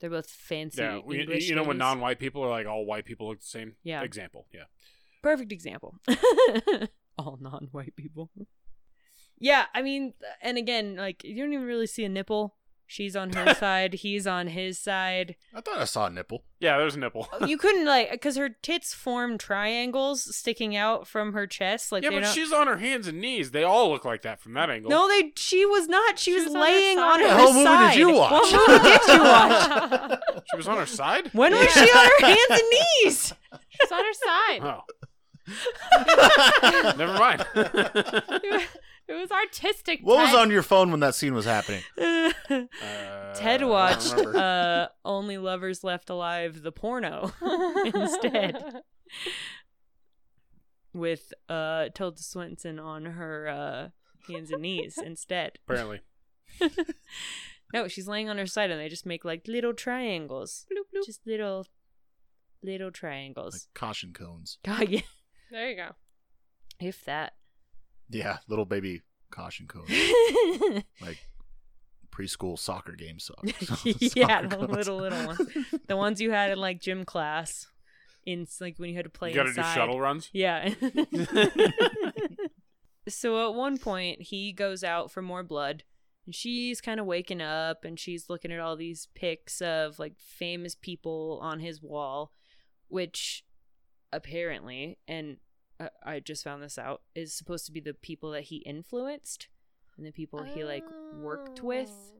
S3: they're both fancy
S1: Yeah. we-
S3: English
S1: you know when
S3: names.
S1: non-white people are like all white people look the same.
S3: Yeah.
S1: Example. Yeah.
S3: perfect example all non-white people yeah i mean and again like you don't even really see a nipple she's on her side he's on his side
S4: I thought I saw a nipple.
S1: Yeah. There's a nipple.
S3: you couldn't like because her tits form triangles sticking out from her chest like
S1: yeah,
S3: they're
S1: but
S3: not-
S1: she's on her hands and knees. They all look like that from that angle.
S3: no, they. She was not. She,
S2: She
S3: was,
S2: was on her
S3: laying
S2: side.
S3: on her
S2: What
S4: hell movie did
S3: side.
S4: you watch?
S3: What movie did you watch?
S1: she was on her side.
S3: When was she on her hands and knees?
S2: She's on her side.
S1: Oh, never mind.
S2: Uh, it was artistic.
S4: what was
S2: touch.
S4: on your phone when that scene was happening?
S1: Uh, I
S3: Ted
S1: don't
S3: watched
S1: remember.
S3: uh, Only Lovers Left Alive, the porno, instead. with uh, Tilda Swinton on her uh, hands and knees instead.
S1: Apparently,
S3: No, she's laying on her side, and they just make like little triangles,
S2: Bloop, bloop.
S3: just little, little
S4: Like
S3: triangles.
S4: caution cones.
S3: God, yeah,
S2: There you go.
S3: if that.
S4: Yeah, little baby caution cones. like preschool soccer game socks.
S3: yeah, the little little ones, the ones you had in like gym class, in like when you had to play.
S1: you gotta
S3: inside.
S1: do shuttle runs.
S3: Yeah. so at one point, he goes out for more blood, and she's kind of waking up and she's looking at all these pics of like famous people on his wall, which apparently, and uh, I just found this out, is supposed to be the people that he influenced and the people he like worked with.
S2: Oh.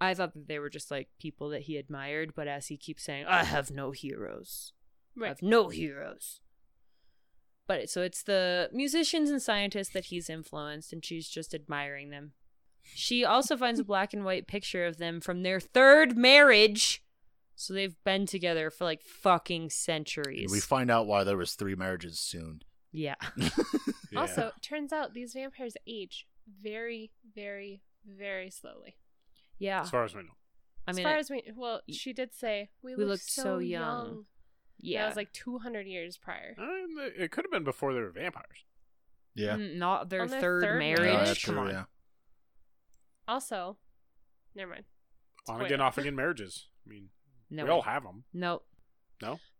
S3: I thought that they were just like people that he admired, but as he keeps saying, I have no heroes. I
S2: Right.
S3: have no heroes. But it- so it's the musicians and scientists that he's influenced, and she's just admiring them. She also finds a black and white picture of them from their third marriage. So they've been together for like fucking centuries.
S4: we find out why there was three marriages soon.
S3: Yeah. Mm,
S1: Yeah.
S2: Also, it turns out these vampires age very, very, very slowly.
S3: Yeah.
S1: as far as we know,
S3: I mean,
S2: as far
S3: it-
S2: as we, well,
S3: y-
S2: she did say we,
S3: we
S2: looked,
S3: looked
S2: so,
S3: so
S2: young.
S3: young.
S2: Yeah,
S3: yeah.
S2: that was like 200 years prior.
S1: I mean, it could have been before they were vampires.
S4: Yeah.
S3: Mm, not their,
S2: On their
S3: third,
S2: third
S3: marriage.
S2: marriage?
S4: No, that's
S3: Come
S4: true,
S3: on.
S4: yeah.
S2: Also, never mind.
S1: On
S2: quite
S1: again,
S2: a-
S1: off again marriages. I mean,
S3: No.
S1: we all
S3: wait.
S1: have them.
S3: no.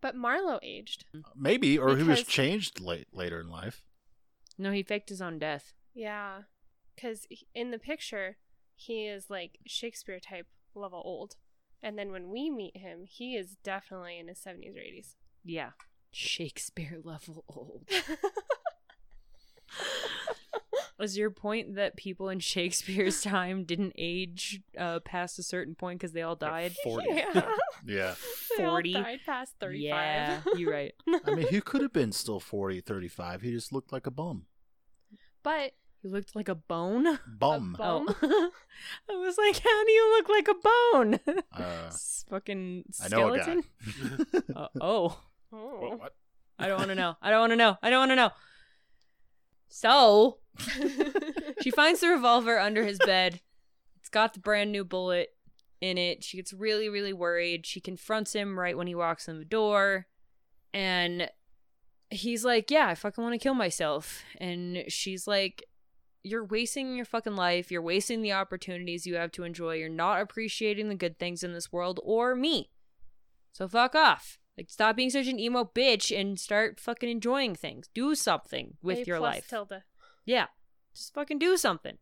S2: But Marlowe aged.
S4: Maybe, or he was
S2: Because-
S4: changed late later in life.
S3: No, he faked his own death.
S2: Yeah, because in the picture, he is like Shakespeare type level old, and then when we meet him, he is definitely in his 70s or 80s.
S3: Yeah. Shakespeare level old. Was your point that people in Shakespeare's time didn't age uh, past a certain point because they all died?
S1: Forty.
S2: Yeah.
S4: Yeah.
S2: They all
S3: 40.
S2: died past 35.
S3: Yeah, you're right.
S4: I mean, he could have been still 40, 35. He just looked like a bum.
S2: but
S3: You looked like a bone.
S4: Bum.
S2: bu- Bone?
S3: Oh. I was like, how do you look like a bone?
S4: Uh,
S3: S- fucking
S4: I know a
S3: skeleton.
S4: guy.
S3: Uh, oh,
S1: What,
S2: oh.
S1: what?
S3: I don't want to know. I don't want to know. I don't want to know. So she finds the revolver under his bed. It's got the brand new bullet in it. She gets really, really worried. She confronts him right when he walks in the door. And he's like, Yeah, I fucking want to kill myself. And she's like, You're wasting your fucking life. You're wasting the opportunities you have to enjoy. You're not appreciating the good things in this world or me. So fuck off. Like, stop being such an emo bitch and start fucking enjoying things. Do something with
S2: A
S3: your
S2: plus
S3: life.
S2: Tilde.
S3: Yeah. Just fucking do something.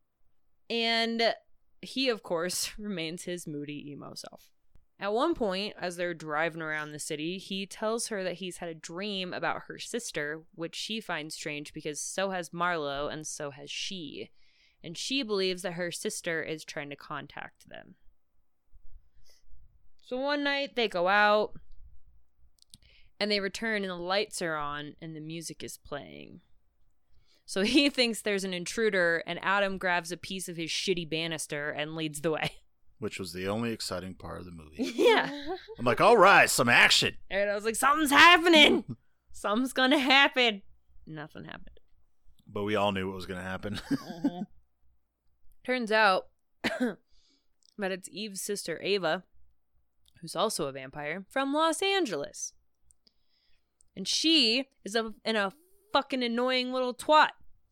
S3: And he, of course, remains his moody emo self. At one point, as they're driving around the city, he tells her that he's had a dream about her sister, which she finds strange because so has Marlowe and so has she. And she believes that her sister is trying to contact them. So one night they go out and they return, and the lights are on and the music is playing. So he thinks there's an intruder, and Adam grabs a piece of his shitty banister and leads the way.
S4: Which was the only exciting part of the movie.
S3: yeah.
S4: I'm like, all right, some action.
S3: And I was like, something's happening. Something's going to happen. Nothing happened.
S4: But we all knew what was going to happen.
S3: Turns out that it's Eve's sister, Ava, who's also a vampire, from Los Angeles. And she is a, in a fucking annoying little twat,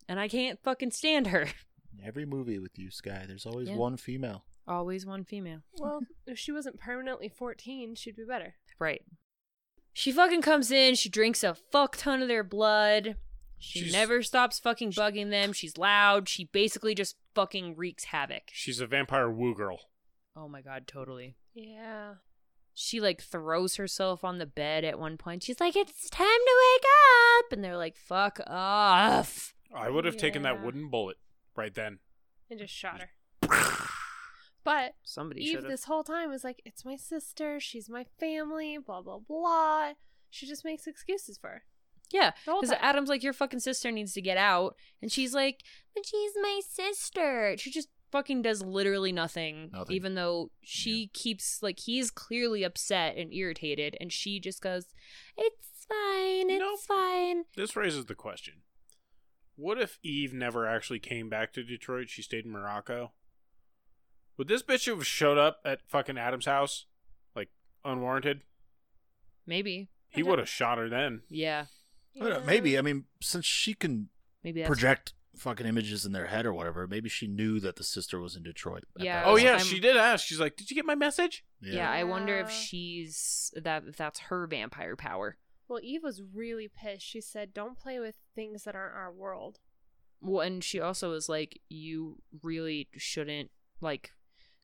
S3: and I can't fucking stand her.
S4: Every movie with you, Sky, there's always
S3: Yeah.
S4: one female.
S3: Always one female.
S2: Well, if she wasn't permanently 14, she'd be better.
S3: Right. She fucking comes in, she drinks a fuck ton of their blood. She
S1: She's-
S3: never stops fucking bugging them. She's loud. She basically just fucking wreaks havoc.
S1: She's a vampire woo girl.
S3: Oh my god, totally.
S2: Yeah.
S3: She like throws herself on the bed at one point. She's like, "It's time to wake up." And they're like, "Fuck off."
S1: I would have taken that
S2: Yeah.
S1: wooden bullet right then.
S2: And just shot her. But
S3: Somebody
S2: Eve
S3: should have.
S2: this whole time was like, it's my sister, she's my family, blah, blah, blah. She just makes excuses for her.
S3: Yeah,
S2: The whole
S3: because
S2: time.
S3: Adam's like, your fucking sister needs to get out, and she's like, but she's my sister. She just fucking does literally nothing,
S4: Nothing.
S3: even though she keeps like he's clearly upset and irritated, and she just goes, it's fine, it's
S1: Nope.
S3: fine.
S1: This raises the question What if Eve never actually came back to Detroit? She stayed in Morocco? Would this bitch have showed up at fucking Adam's house? Like, unwarranted?
S3: Maybe,
S1: He would have shot her then.
S3: yeah,
S4: I don't know, Oh, Maybe.
S2: um,
S4: I mean, since she can
S3: maybe that's
S4: project fucking images in their head or whatever, maybe she knew that the sister was in Detroit. at
S3: Yeah.
S4: that
S1: Oh,
S4: time.
S1: yeah,
S3: I'm-
S1: she did ask. She's like, Did you get my message?
S3: yeah. I wonder if
S2: Yeah.
S3: she's that if that's her vampire power.
S2: Well, Eve was really pissed. She said, don't play with things that aren't our world.
S3: Well, and she also is like, you really shouldn't like,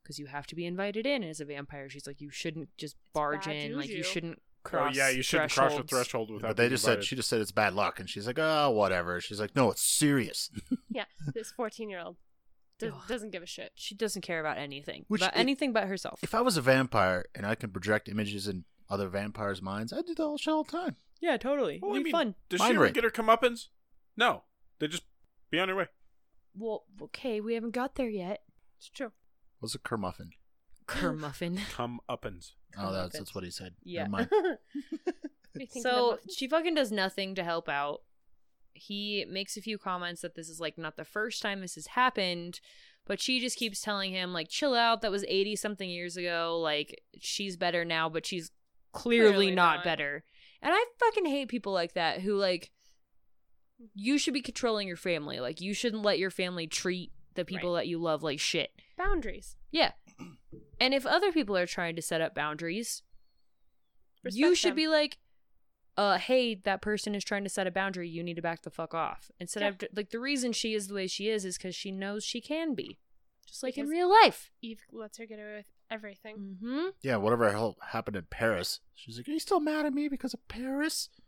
S3: because you have to be invited in as a vampire. She's like, you shouldn't just barge
S2: bad
S3: in. Like, you
S2: juju.
S3: shouldn't cross.
S1: oh, yeah, you shouldn't cross the
S3: thresholds.
S1: threshold without
S4: But they
S1: being
S4: just said
S1: invited.
S4: she just said it's bad luck, and she's like, oh, whatever. She's like, no, it's serious.
S2: Yeah, this 14 year old does,
S3: Ugh.
S2: doesn't give a shit.
S3: She doesn't care about anything,
S4: Which
S3: about
S4: i-
S3: anything but herself.
S4: if I was a vampire and I can project images in other vampires' minds, I'd do that all shit all the time.
S3: yeah, totally.
S1: Well, I mean, Does
S4: Mind
S1: she ever
S4: rape.
S1: get her comeuppance? No. They just be on your way.
S3: Well, okay, we haven't got there yet.
S2: It's true.
S4: What's a kermuffin?
S3: Kermuffin.
S1: Comeuppance.
S4: Oh, that's,
S3: Comeuppance.
S4: that's what he said.
S3: yeah.
S4: Never mind.
S2: What do you think of
S3: so
S2: the muffin?
S3: she fucking does nothing to help out, he makes a few comments that this is like not the first time this has happened, but she just keeps telling him like chill out, that was 80 something years ago, like she's better now, but she's clearly,
S2: Clearly
S3: not,
S2: not.
S3: better. And I fucking hate people like that who like you should be controlling your family. Like you shouldn't let your family treat the people that you love like shit.
S2: Boundaries.
S3: And if other people are trying to set up boundaries, you
S2: Respect
S3: should
S2: them.
S3: be like, uh, hey, that person is trying to set a boundary. You need to back the fuck off. Instead
S2: Yeah.
S3: of like the reason she is the way she is is because she knows she can be, just like in
S2: Because-
S3: real life.
S2: Eve lets her get away with everything.
S3: Mm-hmm.
S4: Yeah, whatever hell happened in Paris. She's like, Are you still mad at me because of Paris?
S3: Mm.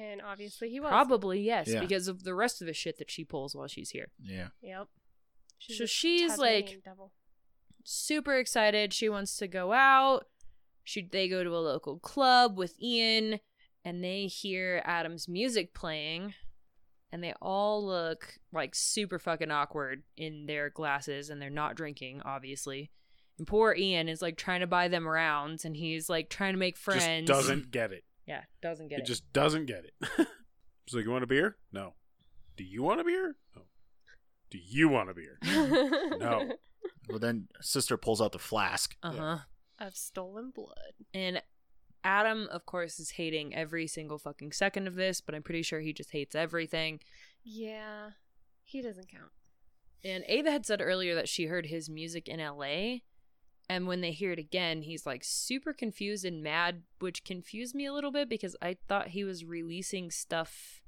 S2: And obviously he was.
S3: Probably yes,
S4: Yeah.
S3: because of the rest of the shit that she pulls while she's here.
S4: Yeah.
S2: Yep.
S3: So
S2: a
S3: she's, like-
S2: Tasmanian devil.
S3: Super excited. She wants to go out. She they go to a local club with Ian, and they hear Adam's music playing. And they all look like super fucking awkward in their glasses, and they're not drinking, obviously. And poor Ian is like trying to buy them rounds, and he's like trying to make
S1: Just
S3: friends.
S1: doesn't get it.
S3: Yeah, doesn't get
S1: it,
S3: it.
S1: just doesn't get it. She's like, you want a beer? No. Do you want a beer? No. Do you want a beer?
S2: no.
S4: Well then sister pulls out the flask.
S3: uh huh.
S2: Of stolen blood.
S3: And Adam, of course, is hating every single fucking second of this, but I'm pretty sure he just hates everything.
S2: Yeah. He doesn't count.
S3: And Ava had said earlier that she heard his music in LA. And when they hear it again, he's like super confused and mad, which confused me a little bit because I thought he was releasing stuff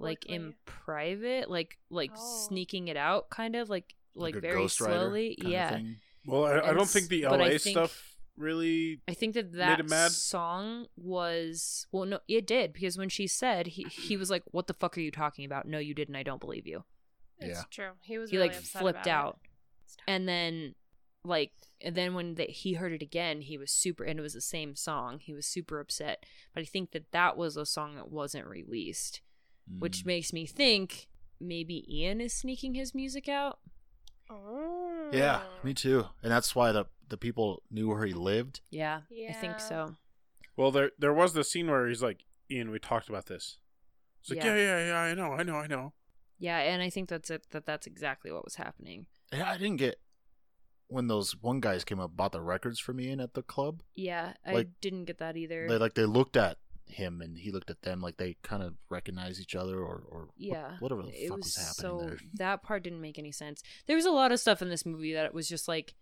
S3: like
S2: Publicly.
S3: in private, like like
S2: Oh.
S3: sneaking it out kind of like like
S4: a
S3: very
S4: Ghost Rider
S3: slowly.
S4: kind of
S3: Yeah.
S4: thing.
S1: Well, I, I
S3: And
S1: don't
S3: s-
S1: think the
S3: but I
S1: LA
S3: think-
S1: stuff really.
S3: I think that
S1: Made
S3: that
S1: him mad?
S3: song was well, no, it did because when she said he, he was like, "What the fuck are you talking about? No, you didn't. I don't believe you."
S2: It's
S4: Yeah.
S2: true. He was
S3: He
S2: really
S3: like
S2: upset
S3: flipped
S2: about it.
S3: out, and then like and then when they, he heard it again, he was super, and it was the same song. He was super upset, but I think that that was a song that wasn't released, which
S4: Mm.
S3: makes me think maybe Ian is sneaking his music out.
S2: Oh.
S4: Yeah, me too. And that's why the the people knew where he lived.
S3: Yeah, I
S2: Yeah.
S3: think so.
S1: Well, there there was the scene where he's like, Ian, we talked about this. It's like,
S3: Yeah.
S1: yeah, yeah, yeah, I know, I know, I know.
S3: Yeah, and I think that's it. That that's exactly what was happening.
S4: And I didn't get when those one guys came up bought the records for me in at the club.
S3: Yeah, I
S4: Like-
S3: didn't get that either.
S4: They like they looked at him and he looked at them like they kind of recognized each other or or wh-
S3: yeah
S4: whatever the fuck was, happening there.
S3: that part didn't make any sense there was a lot of stuff in this movie that was just like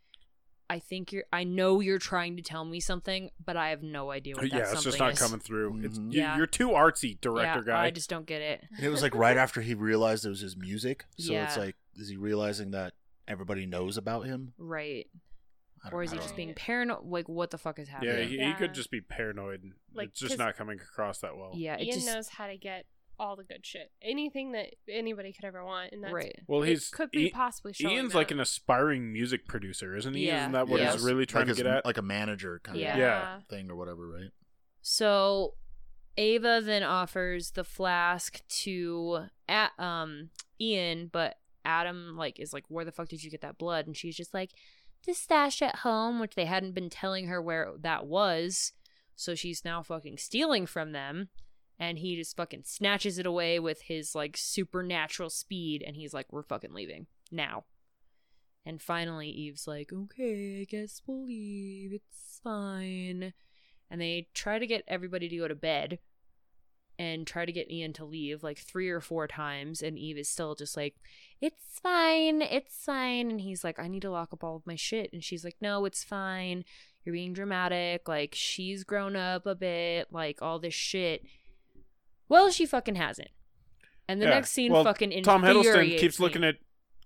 S3: i think you're i know you're trying to tell me something but i have no idea what that
S1: Oh, Uh, yeah, it's just
S3: something
S1: not
S3: is. Mm-hmm.
S1: coming through. It's,
S4: Mhm.
S1: you,
S3: Yeah.
S1: You're too artsy, director
S3: yeah,
S1: guy.
S3: i just don't get it
S4: And it was like right after he realized it was his music. So it's
S3: Yeah.
S4: like, is he realizing that everybody knows about him?
S3: right
S4: I don't-
S3: or is
S4: I
S3: he
S4: don't
S3: just
S4: know.
S3: being paranoid like what the fuck is
S1: yeah,
S3: happening
S1: he, he
S2: Yeah.
S1: could just be paranoid. and
S2: Like,
S1: it's just
S2: 'cause-
S1: not coming across that well.
S3: yeah it
S2: Ian
S3: just
S2: knows how to get all the good shit. Anything that anybody could ever want, and that's
S3: right
S1: Well,
S2: it
S1: he's
S2: could be
S4: E
S1: I-
S2: possibly showing
S1: Ian's
S2: that.
S1: like an aspiring music producer, isn't he?
S3: Yeah.
S1: Isn't that what
S3: Yeah.
S1: he's really trying
S4: Like
S1: to
S4: his-
S1: get at?
S4: Like a manager kind
S3: Yeah.
S4: of
S1: Yeah.
S4: thing or whatever, right?
S3: So Ava then offers the flask to A- um Ian, but Adam like is like, "Where the fuck did you get that blood?" And she's just like, "The stash at home," which they hadn't been telling her where that was. So she's now fucking stealing from them, and he just fucking snatches it away with his like supernatural speed, and he's like, "We're fucking leaving now." And finally, Eve's like, "Okay, I guess we'll leave. It's fine." and they try to get everybody to go to bed and try to get Ian to leave like three or four times and Eve is still just like it's fine it's fine and he's like I need to lock up all of my shit and she's like no it's fine you're being dramatic like she's grown up a bit like all this shit well she fucking hasn't and the
S1: Yeah.
S3: next scene
S1: Well,
S3: fucking
S1: Tom Hiddleston
S3: infuriates
S1: keeps
S3: me.
S1: looking at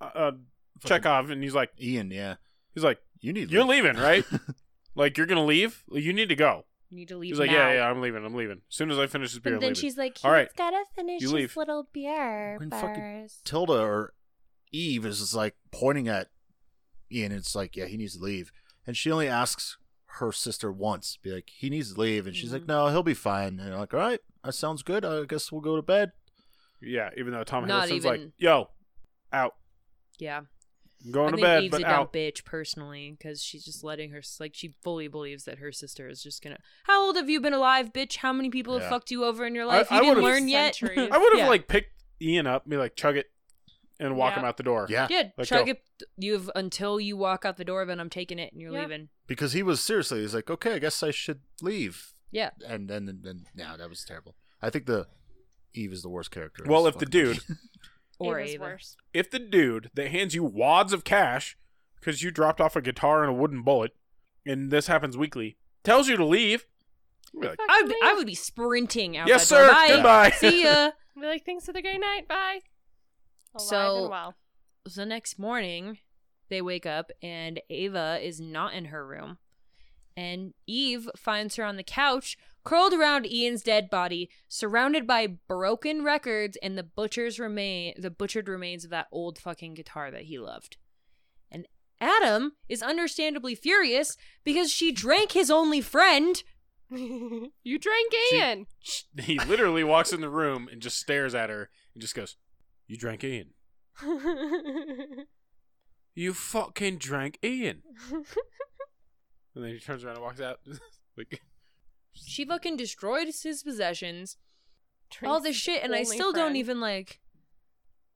S1: uh, uh, Chekhov, and he's like,
S4: Ian, yeah.
S1: he's like,
S4: You need
S1: you're leaving, right? like you're gonna leave? Well, You need to go.
S3: you need to leave
S1: He's like,
S3: now.
S1: yeah, yeah, I'm leaving. I'm leaving. As soon as I finish this beer,
S5: But
S1: I'm
S5: then
S1: leaving.
S5: she's like,
S1: All right,
S5: "He's gotta finish
S1: you
S5: his
S1: leave."
S5: little beer
S4: When fucking
S5: first.
S4: Tilda or Eve is just like pointing at Ian. It's like, yeah, he needs to leave. And she only asks her sister once, be like, he needs to leave. And she's like,
S3: Mhm.
S4: no, he'll be fine. And you're like, all right, that sounds good. I guess we'll go to bed.
S1: yeah, even though Tom
S3: Not
S1: Hiddleston's like,
S3: even-
S1: yo, out.
S3: yeah
S1: I'm going
S3: I
S1: to
S3: think
S1: bed,
S3: Eve's
S1: but
S3: a dumb
S1: out.
S3: bitch personally because she's just letting her like she fully believes that her sister is just gonna. How old have you been alive, bitch? How many people have
S4: Yeah.
S3: fucked you over in your life?
S1: I
S3: you didn't
S1: would've-
S3: learn yet.
S2: Centuries.
S1: I would have
S3: Yeah.
S1: like picked Ian up, and be like, chug it, and walk
S3: Yeah.
S1: him out the door.
S4: Yeah,
S3: Yeah,
S1: Let
S3: chug
S1: go.
S3: it. You've until you walk out the door, then I'm taking it and you're
S2: Yeah.
S3: leaving.
S4: because he was seriously. He's like, okay, I guess I should leave.
S3: Yeah.
S4: And then, and, and no, that was terrible. I think the Eve is the worst character. in
S1: Well,
S4: this
S1: if the
S4: fucking
S1: dude-
S4: movie.
S3: Or
S2: it was
S3: Ava.
S2: worse.
S1: If the dude that hands you wads of cash because you dropped off a guitar and a wooden bullet, and this happens weekly, tells you to leave, you'll be like,
S2: Fuck
S3: I would,
S2: me.
S3: I would be sprinting out.
S1: yes,
S3: that door.
S1: sir,
S3: Bye.
S1: goodbye.
S3: See ya.
S2: I'd be like, thanks for the great night. Bye. Alive
S3: So-
S2: and well.
S3: the next morning, they wake up and Ava is not in her room. And Eve finds her on the couch, curled around Ian's dead body, surrounded by broken records and the butcher's remain the butchered remains of that old fucking guitar that he loved. And Adam is understandably furious because she drank his only friend.
S2: you drank
S1: She-
S2: Ian.
S1: he literally walks in the room and just stares at her and just goes, "You drank Ian. You fucking drank Ian." And then he turns around and walks out. like,
S3: She fucking destroyed his possessions. all this shit and i
S2: only
S3: still don't
S2: friend.
S3: even like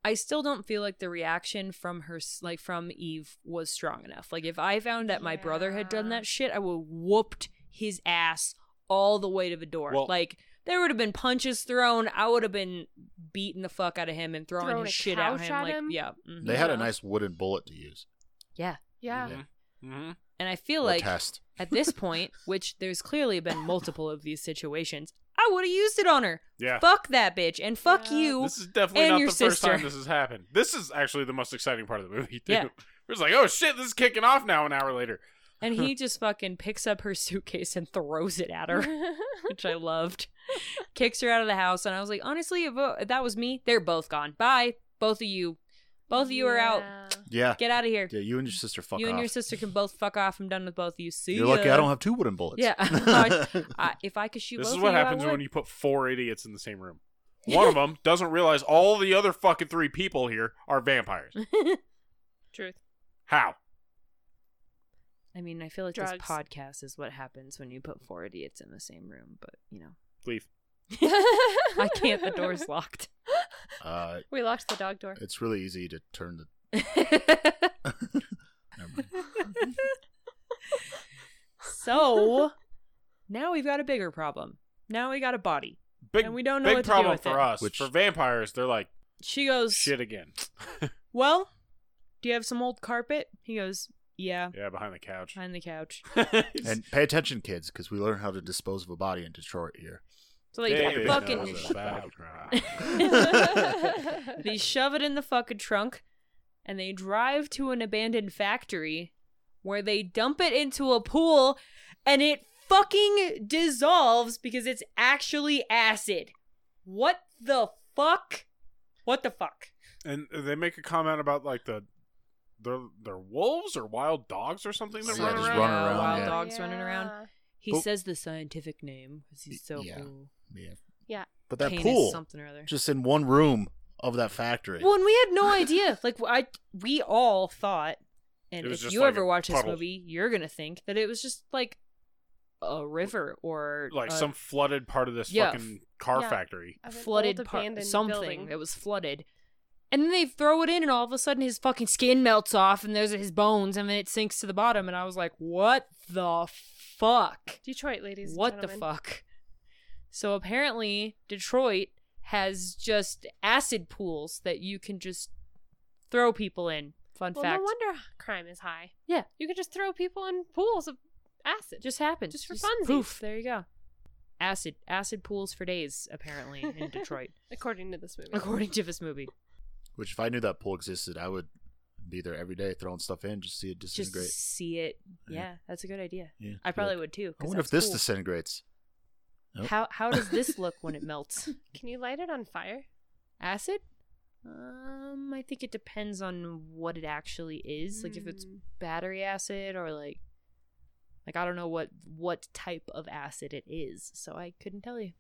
S3: i still don't feel like the reaction from her s- like from eve was strong enough like if i found that my brother had done
S2: Yeah.
S3: that shit i would have whooped his ass all the way to the door
S1: Well-
S3: like there would have been punches thrown i would have been beating the fuck out of him and throwing
S2: Thrown
S3: his
S2: a
S3: shit at
S2: couch
S3: him
S2: at
S3: like
S2: him?
S3: yeah mhm.
S4: they had a
S2: Yeah.
S4: nice wooden bullet to use.
S3: yeah
S2: Yeah.
S4: Yeah.
S1: mm-hmm.
S3: and i feel
S4: or
S3: like
S4: test.
S3: at this point which there's clearly been multiple of these situations i would have used it on her
S1: yeah.
S3: fuck that bitch and fuck
S2: Yeah.
S3: you
S1: This is definitely
S3: and
S1: not the
S3: your
S1: first time
S3: sister.
S1: this has happened. This is actually the most exciting part of the movie, too.
S3: Yeah.
S1: It's like, oh shit, this is kicking off now an hour later.
S3: And he just fucking picks up her suitcase and throws it at her, which I loved. Kicks her out of the house, and I was like, honestly, if uh, that was me, they're both gone. Bye, both of you. Both of you are out.
S4: Yeah,
S3: Get out of here.
S4: yeah. You and your sister fuck
S3: you
S4: off.
S3: and your sister can both fuck off. I'm done with both of you. See
S4: You're lucky
S3: ya.
S4: I don't have two wooden bullets.
S3: Yeah. I, if I could shoot
S1: This
S3: both
S1: is
S3: of
S1: what
S3: you,
S1: happens
S3: I would.
S1: when you put four idiots in the same room. One of them doesn't realize all the other fucking three people here are vampires.
S3: Mm.
S2: Truth.
S1: How?
S3: I mean, I feel like
S2: Drugs.
S3: this podcast is what happens when you put four idiots in the same room, but you know,
S1: Leave.
S3: I can't. The door's locked.
S4: uh,
S2: We locked the dog door.
S4: it's really easy to turn the. Never mind.
S3: So now we've got a bigger problem. Now we got a body.
S1: Big,
S3: And we don't know
S1: big
S3: what to do
S1: problem
S3: with
S1: for
S3: it.
S1: us.
S4: Which-
S1: For vampires, they're like,
S3: She goes,
S1: shit again.
S3: Well, do you have some old carpet? He goes, Yeah,
S1: Yeah, behind the couch.
S3: behind the couch.
S4: And pay attention, kids, because we learn how to dispose of a body in Detroit here.
S3: So they
S1: David
S3: fucking
S1: knows about crime.
S3: they shove it in the fucking trunk and they drive to an abandoned factory where they dump it into a pool and it fucking dissolves because it's actually acid. What the fuck? What the fuck?
S1: and they make a comment about like the they're, they're wolves or wild dogs or something that
S4: Yeah,
S1: run
S4: just
S1: around.
S4: run around,
S3: Wild
S4: yeah.
S3: dogs running around. He
S4: But-
S3: says the scientific name because he's so
S4: Yeah.
S3: cool.
S4: Yeah.
S2: Yeah.
S4: But that
S3: Penis
S4: pool,
S3: something or other.
S4: just in one room of that factory.
S3: Well, and we had no idea. Like I, we all thought, and
S1: It was
S3: if
S1: just
S3: you
S1: like
S3: ever
S1: a
S3: watch this
S1: puddle.
S3: movie, you're gonna think that it was just like a river or
S1: Like
S3: a
S1: some flooded part of this
S3: uh, Yeah.
S1: fucking car
S2: Yeah.
S1: factory.
S2: Of an
S3: flooded
S2: old
S3: part,
S2: abandoned
S3: something
S2: building.
S3: that was flooded. And then they throw it in, and all of a sudden his fucking skin melts off, and there's his bones, and then it sinks to the bottom. And I was like, "What the fuck?"
S2: Detroit, ladies. and
S3: what
S2: gentlemen.
S3: the fuck? So apparently, Detroit has just acid pools that you can just throw people in. Fun
S2: Well,
S3: fact.
S2: no wonder crime is high.
S3: Yeah.
S2: You could just throw people in pools of
S3: It
S2: acid.
S3: just happened.
S2: Just for funsies.
S3: Poof. There you go. Acid. Acid pools for days, apparently, in Detroit,
S2: according to this movie.
S3: according to this movie.
S4: Which, if I knew that pool existed, I would be there every day throwing stuff in, just see it
S3: Just
S4: disintegrate.
S3: see it.
S4: Yeah.
S3: Yeah, that's a good idea.
S4: Yeah.
S3: I probably
S4: Yeah.
S3: would too.
S4: I
S3: 'cause
S4: wonder if
S3: that's
S4: this
S3: cool.
S4: disintegrates. Nope.
S3: How how does this look when it melts?
S2: Can you light it on fire?
S3: Acid? Um, I think it depends on what it actually is. Like if it's
S2: Mm.
S3: battery acid or like like I don't know what what type of acid it is, so I couldn't tell you.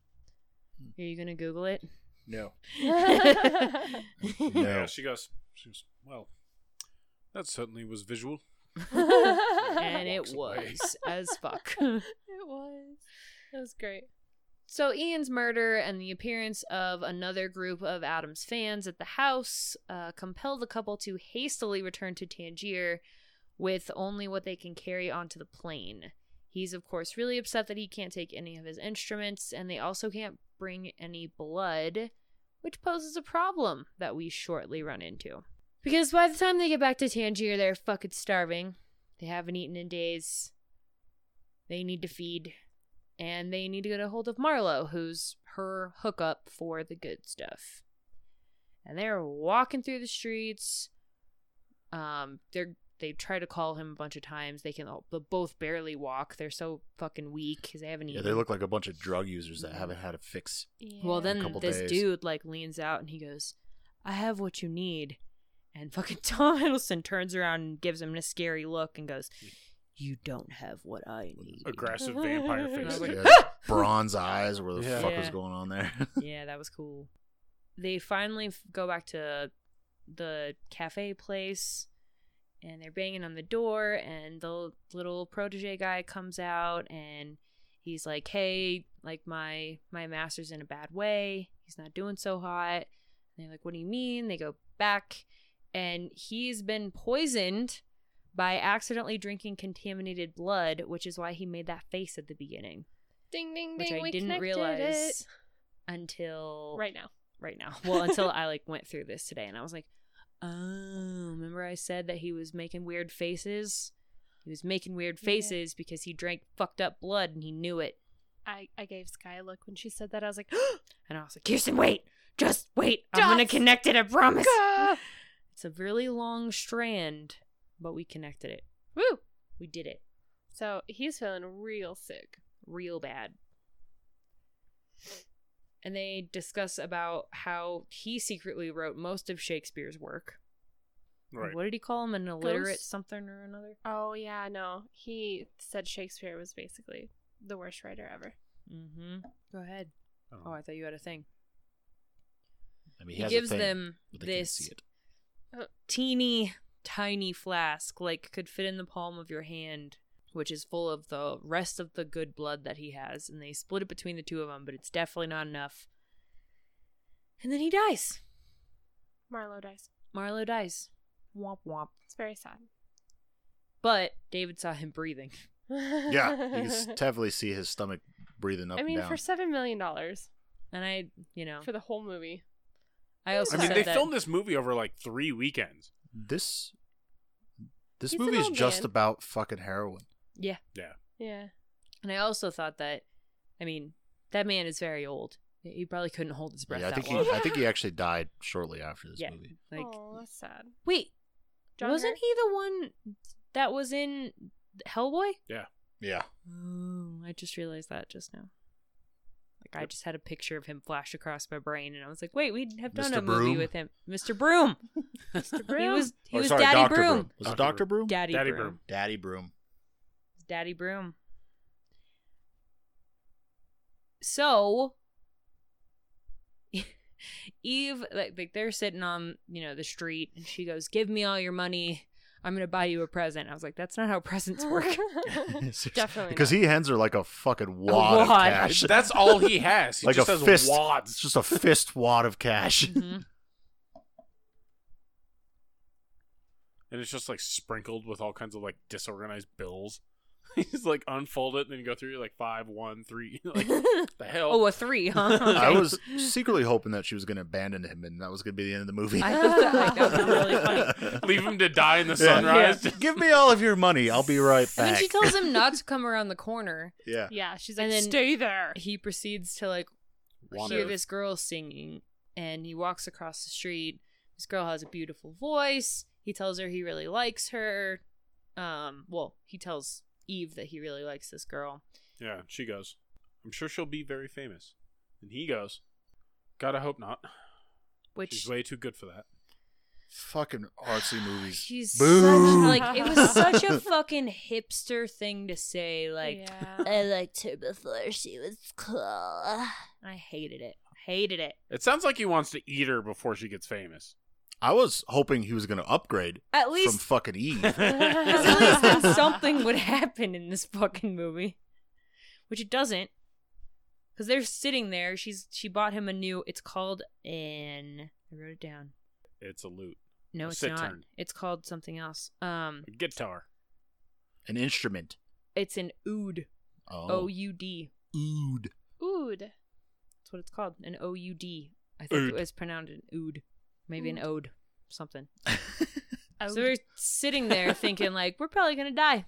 S1: Hmm.
S3: Are you gonna Google it?
S4: No.
S1: Yeah.
S4: No.
S1: she goes. She goes. Well, that certainly was visual.
S3: and
S2: it
S3: it
S2: Hmm.
S1: Walks away.
S3: was as fuck.
S2: was. That was great.
S3: So Ian's murder and the appearance of another group of Adam's fans at the house uh, compel the couple to hastily return to Tangier with only what they can carry onto the plane. He's of course really upset that he can't take any of his instruments, and they also can't bring any blood, which poses a problem that we shortly run into. Because by the time they get back to Tangier, they're fucking starving. They haven't eaten in days. They need to feed and they need to get a hold of Marlowe, who's her hookup for the good stuff. And they're walking through the streets. Um, they're they try to call him a bunch of times. They can all, they both barely walk. They're so fucking weak because they haven't
S4: Yeah,
S3: eaten.
S4: they look like a bunch of drug users that haven't had a fix.
S3: Well,
S4: in a
S3: then
S4: couple
S3: this
S4: days.
S3: dude like leans out and he goes, "I have what you need," and fucking Tom Hiddleston turns around and gives him a scary look and goes, "You don't have what I need."
S1: Aggressive vampire
S3: And I was
S1: face.
S3: like,
S4: Yeah, bronze eyes, or where the
S1: Yeah.
S4: fuck
S3: Yeah.
S4: was going on there?
S3: yeah, that was cool. They finally f- go back to the cafe place and they're banging on the door and the little protege guy comes out and he's like, "Hey, like my my master's in a bad way. He's not doing so hot." And they're like, "What do you mean?" They go back and he's been poisoned by accidentally drinking contaminated blood, which is why he made that face at the beginning,
S2: Ding ding
S3: which
S2: ding.
S3: I
S2: we
S3: didn't
S2: connected
S3: realize until
S2: it. right now.
S3: right now. Well, until I like went through this today and I was like, "Oh, remember I said that he was making weird faces? He was making weird
S2: Yeah.
S3: faces because he drank fucked up blood and he knew it."
S2: I I gave Sky a look when she said that. I was like,
S3: And I was like, "Kirsten, wait. Just wait. I'm going
S2: Just
S3: to connect it, I promise."
S2: go!
S3: It's a really long strand, but we connected it.
S2: woo.
S3: We did it
S2: So he's feeling real sick.
S3: real bad. And they discuss about how he secretly wrote most of Shakespeare's work.
S1: Right.
S3: What did he call him? An illiterate
S2: Ghost?
S3: something or another?
S2: Oh yeah, no. He said Shakespeare was basically the worst writer ever.
S3: Mm-hmm. Go ahead. Oh,
S1: Oh.
S3: I thought you had a thing.
S4: I mean,
S3: He,
S4: he, has a
S3: gives
S4: thing,
S3: them
S4: but they can't
S3: this
S4: see it.
S3: teeny tiny flask, like could fit in the palm of your hand, which is full of the rest of the good blood that he has, and they split it between the two of them, but it's definitely not enough. And then he dies.
S2: Marlowe dies.
S3: Marlowe dies. Womp womp.
S2: It's very sad.
S3: But David saw him breathing.
S4: Yeah, you can s- definitely see his stomach breathing up
S2: I mean,
S4: and down.
S2: for seven million dollars
S3: And I, you know,
S2: for the whole movie.
S3: I also
S1: I mean,
S3: said
S1: they
S3: that
S1: filmed this movie over like three weekends.
S4: This this
S2: He's an
S4: movie is
S2: old
S4: just
S2: man.
S4: about fucking heroin.
S3: Yeah.
S2: Yeah.
S3: And I also thought that I mean, that man is very old. He probably couldn't hold his breath
S4: Yeah, I
S3: that
S4: think he,
S3: long.
S4: I think he actually died shortly after this
S3: Yeah.
S4: movie.
S3: Like
S2: oh, that's sad.
S3: wait,
S2: John
S3: Wasn't
S2: Hurt?
S3: he the one that was in Hellboy?
S4: Yeah,
S3: Oh, I just realized that just now. Like I just had a picture of him flash across my brain, and I was like, "Wait, we have done
S4: Mr.
S3: a movie
S4: Broom?
S3: with him, Mr. Broom."
S2: Mr.
S3: He
S2: Broom?
S3: was he
S4: or
S3: was
S4: sorry,
S3: Daddy
S4: Doctor
S3: Broom.
S4: Was it
S1: Dr.
S4: Doctor Broom?
S3: Daddy,
S1: Daddy
S3: Broom.
S1: Broom.
S4: Daddy Broom.
S3: Daddy Broom. So Eve like, like they're sitting on, you know, the street and she goes, "Give me all your money. I'm going to buy you a present." I was like, "That's not how presents work."
S2: Definitely
S4: Because
S2: not.
S4: he hands her like a fucking wad, of
S3: wad.
S4: cash.
S1: That's all he has. He
S4: Like
S1: just
S4: a
S1: has
S4: fist.
S1: wads.
S4: It's just a fist wad of cash.
S3: Mhm.
S1: and it's just like sprinkled with all kinds of like disorganized bills. He's like unfold it and then go through like five, one, three. like the hell.
S3: Oh, a three, huh? Okay.
S4: I was secretly hoping that she was going to abandon him, and that was going to be the end of the movie.
S3: I thought that, like, that was really funny.
S1: Leave him to die in the
S4: Yeah.
S1: sunrise.
S4: Give me all of your money. I'll be right back.
S3: And then she tells him not to come around the corner.
S4: yeah.
S2: Yeah, she's like,
S3: And then-
S2: stay there.
S3: He proceeds to like
S1: Wanda.
S3: hear this girl singing, and he walks across the street. This girl has a beautiful voice. He tells her he really likes her. Um, well, he tells Eve that he really likes this girl.
S1: Yeah, she goes, I'm sure she'll be very famous. And he goes, Gotta hope not.
S3: Which
S1: She's way too good for that.
S4: Fucking artsy movies.
S3: she's
S4: Boo.
S3: such like it was such a fucking hipster thing to say. Like
S2: yeah.
S3: I liked her before she was cool. I hated it. Hated it.
S1: It sounds like he wants to eat her before she gets famous.
S4: I was hoping he was going to upgrade
S3: At
S4: from
S3: least
S4: fucking E, Eve.
S3: Because at least then something would happen in this fucking movie, which it doesn't. because they're sitting there. She's she bought him a new. It's called an. I wrote it down.
S1: It's a lute, A
S3: No, it's not.
S1: sitar.
S3: It's called something else. Um,
S1: a guitar.
S4: An instrument. Oh,
S3: it's an oud.
S1: Oh.
S3: O U D.
S4: ood.
S2: Ood.
S3: That's what it's called. An O U D. I think
S1: Oud.
S3: it was pronounced an oud, maybe an ode, something.
S2: Oud.
S3: So we're sitting there thinking, like, we're probably gonna die.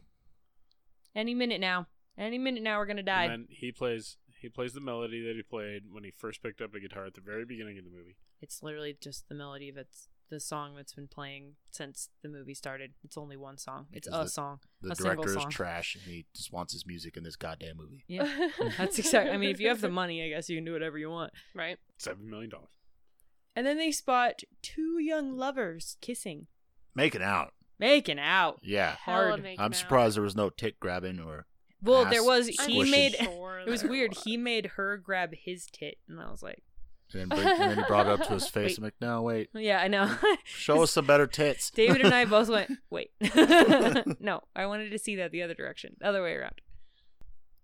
S3: Any minute now. Any minute now, we're gonna die.
S1: And then he plays he plays the melody that he played when he first picked up a guitar at the very beginning of the movie.
S3: It's literally just the melody that's the song that's been playing since the movie started. It's only one song. It's
S4: Because
S3: a song.
S4: The
S3: a single
S4: director is
S3: song.
S4: trash, and he just wants his music in this goddamn movie.
S3: Yeah. That's exactly. I mean, if you have the money, I guess you can do whatever you want.
S2: right.
S1: Seven million dollars.
S3: And then they spot two young lovers kissing,
S4: Make it out.
S3: making out.
S4: Yeah.
S2: Hell,
S3: Hard.
S2: make
S4: I'm
S2: him out.
S4: surprised there was no tit grabbing or
S3: Well, there
S4: Ass
S3: was
S2: I'm
S3: he
S4: squishes.
S3: made
S2: sure
S3: it was
S2: there
S3: weird.
S2: was.
S3: He made her grab his tit, and I was like,
S4: and then, bring, and then he brought it up to his face.
S3: Wait.
S4: I'm like, no, wait,
S3: yeah, I know.
S4: show us some better tits.
S3: David and I both went, wait. no, I wanted to see that the other direction, the other way around.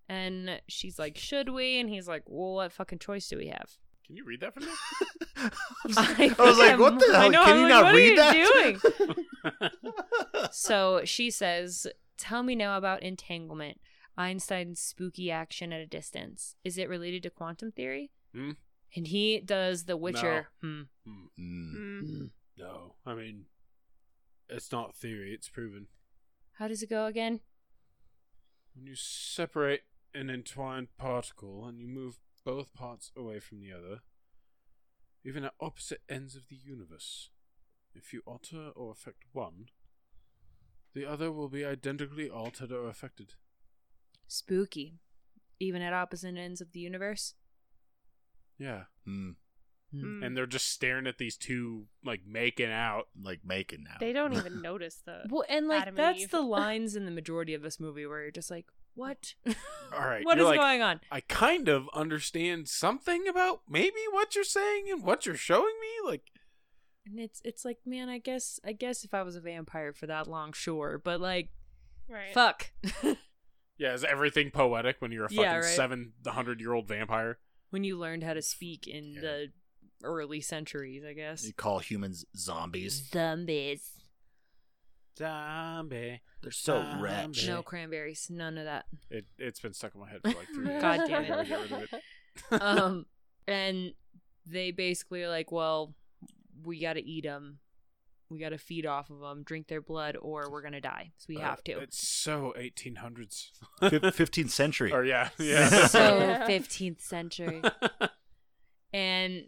S3: And she's like, should we? And he's like, well, what fucking choice do we have?
S1: Can you read that for me?
S4: I was like,
S3: I'm-
S4: what the
S3: I
S4: hell?
S3: know,
S4: Can
S3: I'm
S4: you
S3: like,
S4: not
S3: what are
S4: read
S3: you
S4: that?
S3: So she says, Tell me now about entanglement, Einstein's spooky action at a distance. Is it related to quantum theory?
S1: Hmm.
S3: And he does The Witcher. Hmm.
S4: Mm.
S2: Mm.
S1: No, I mean, it's not theory; it's proven.
S3: How does it go again?
S1: When you separate an entwined particle and you move both parts away from the other, even at opposite ends of the universe, if you alter or affect one, the other will be identically altered or affected.
S3: Spooky. Even at opposite ends of the universe?
S1: Yeah.
S4: Mm.
S3: Hmm.
S2: Mm.
S1: And they're just staring at these two, like, making out.
S4: Like making now.
S2: They don't even notice the.
S3: Well, and like
S2: Adam and
S3: that's
S2: Eve.
S3: the lines in the majority of this movie where you're just like, what?
S1: All right,
S3: what is
S1: you're like-
S3: going on?
S1: I kind of understand something about maybe what you're saying and what you're showing me. Like,
S3: And it's it's like, man, I guess I guess if I was a vampire for that long, sure, but like,
S2: Right.
S3: fuck.
S1: yeah, is everything poetic when you're a fucking
S3: Yeah, right.
S1: 700 year old vampire?
S3: when you learned how to speak in
S4: Yeah.
S3: the early centuries, I guess.
S4: You call humans zombies.
S3: Zombies.
S1: Zombie.
S4: They're so
S1: Zombie.
S4: wretched.
S3: No
S1: Okay.
S3: cranberries, none of that.
S1: It it's been stuck in my head for like three days.
S3: God
S1: I
S3: damn
S1: gotta
S3: it.
S1: get rid of it.
S3: um, and they basically are like, well, we got to eat them, we got to feed off of them, drink their blood, or we're gonna die. So we
S1: Uh,
S3: have to.
S1: It's so 1800s.
S4: Fif- 15th century.
S1: or yeah, yeah.
S3: so
S2: Yeah.
S3: 15th century. and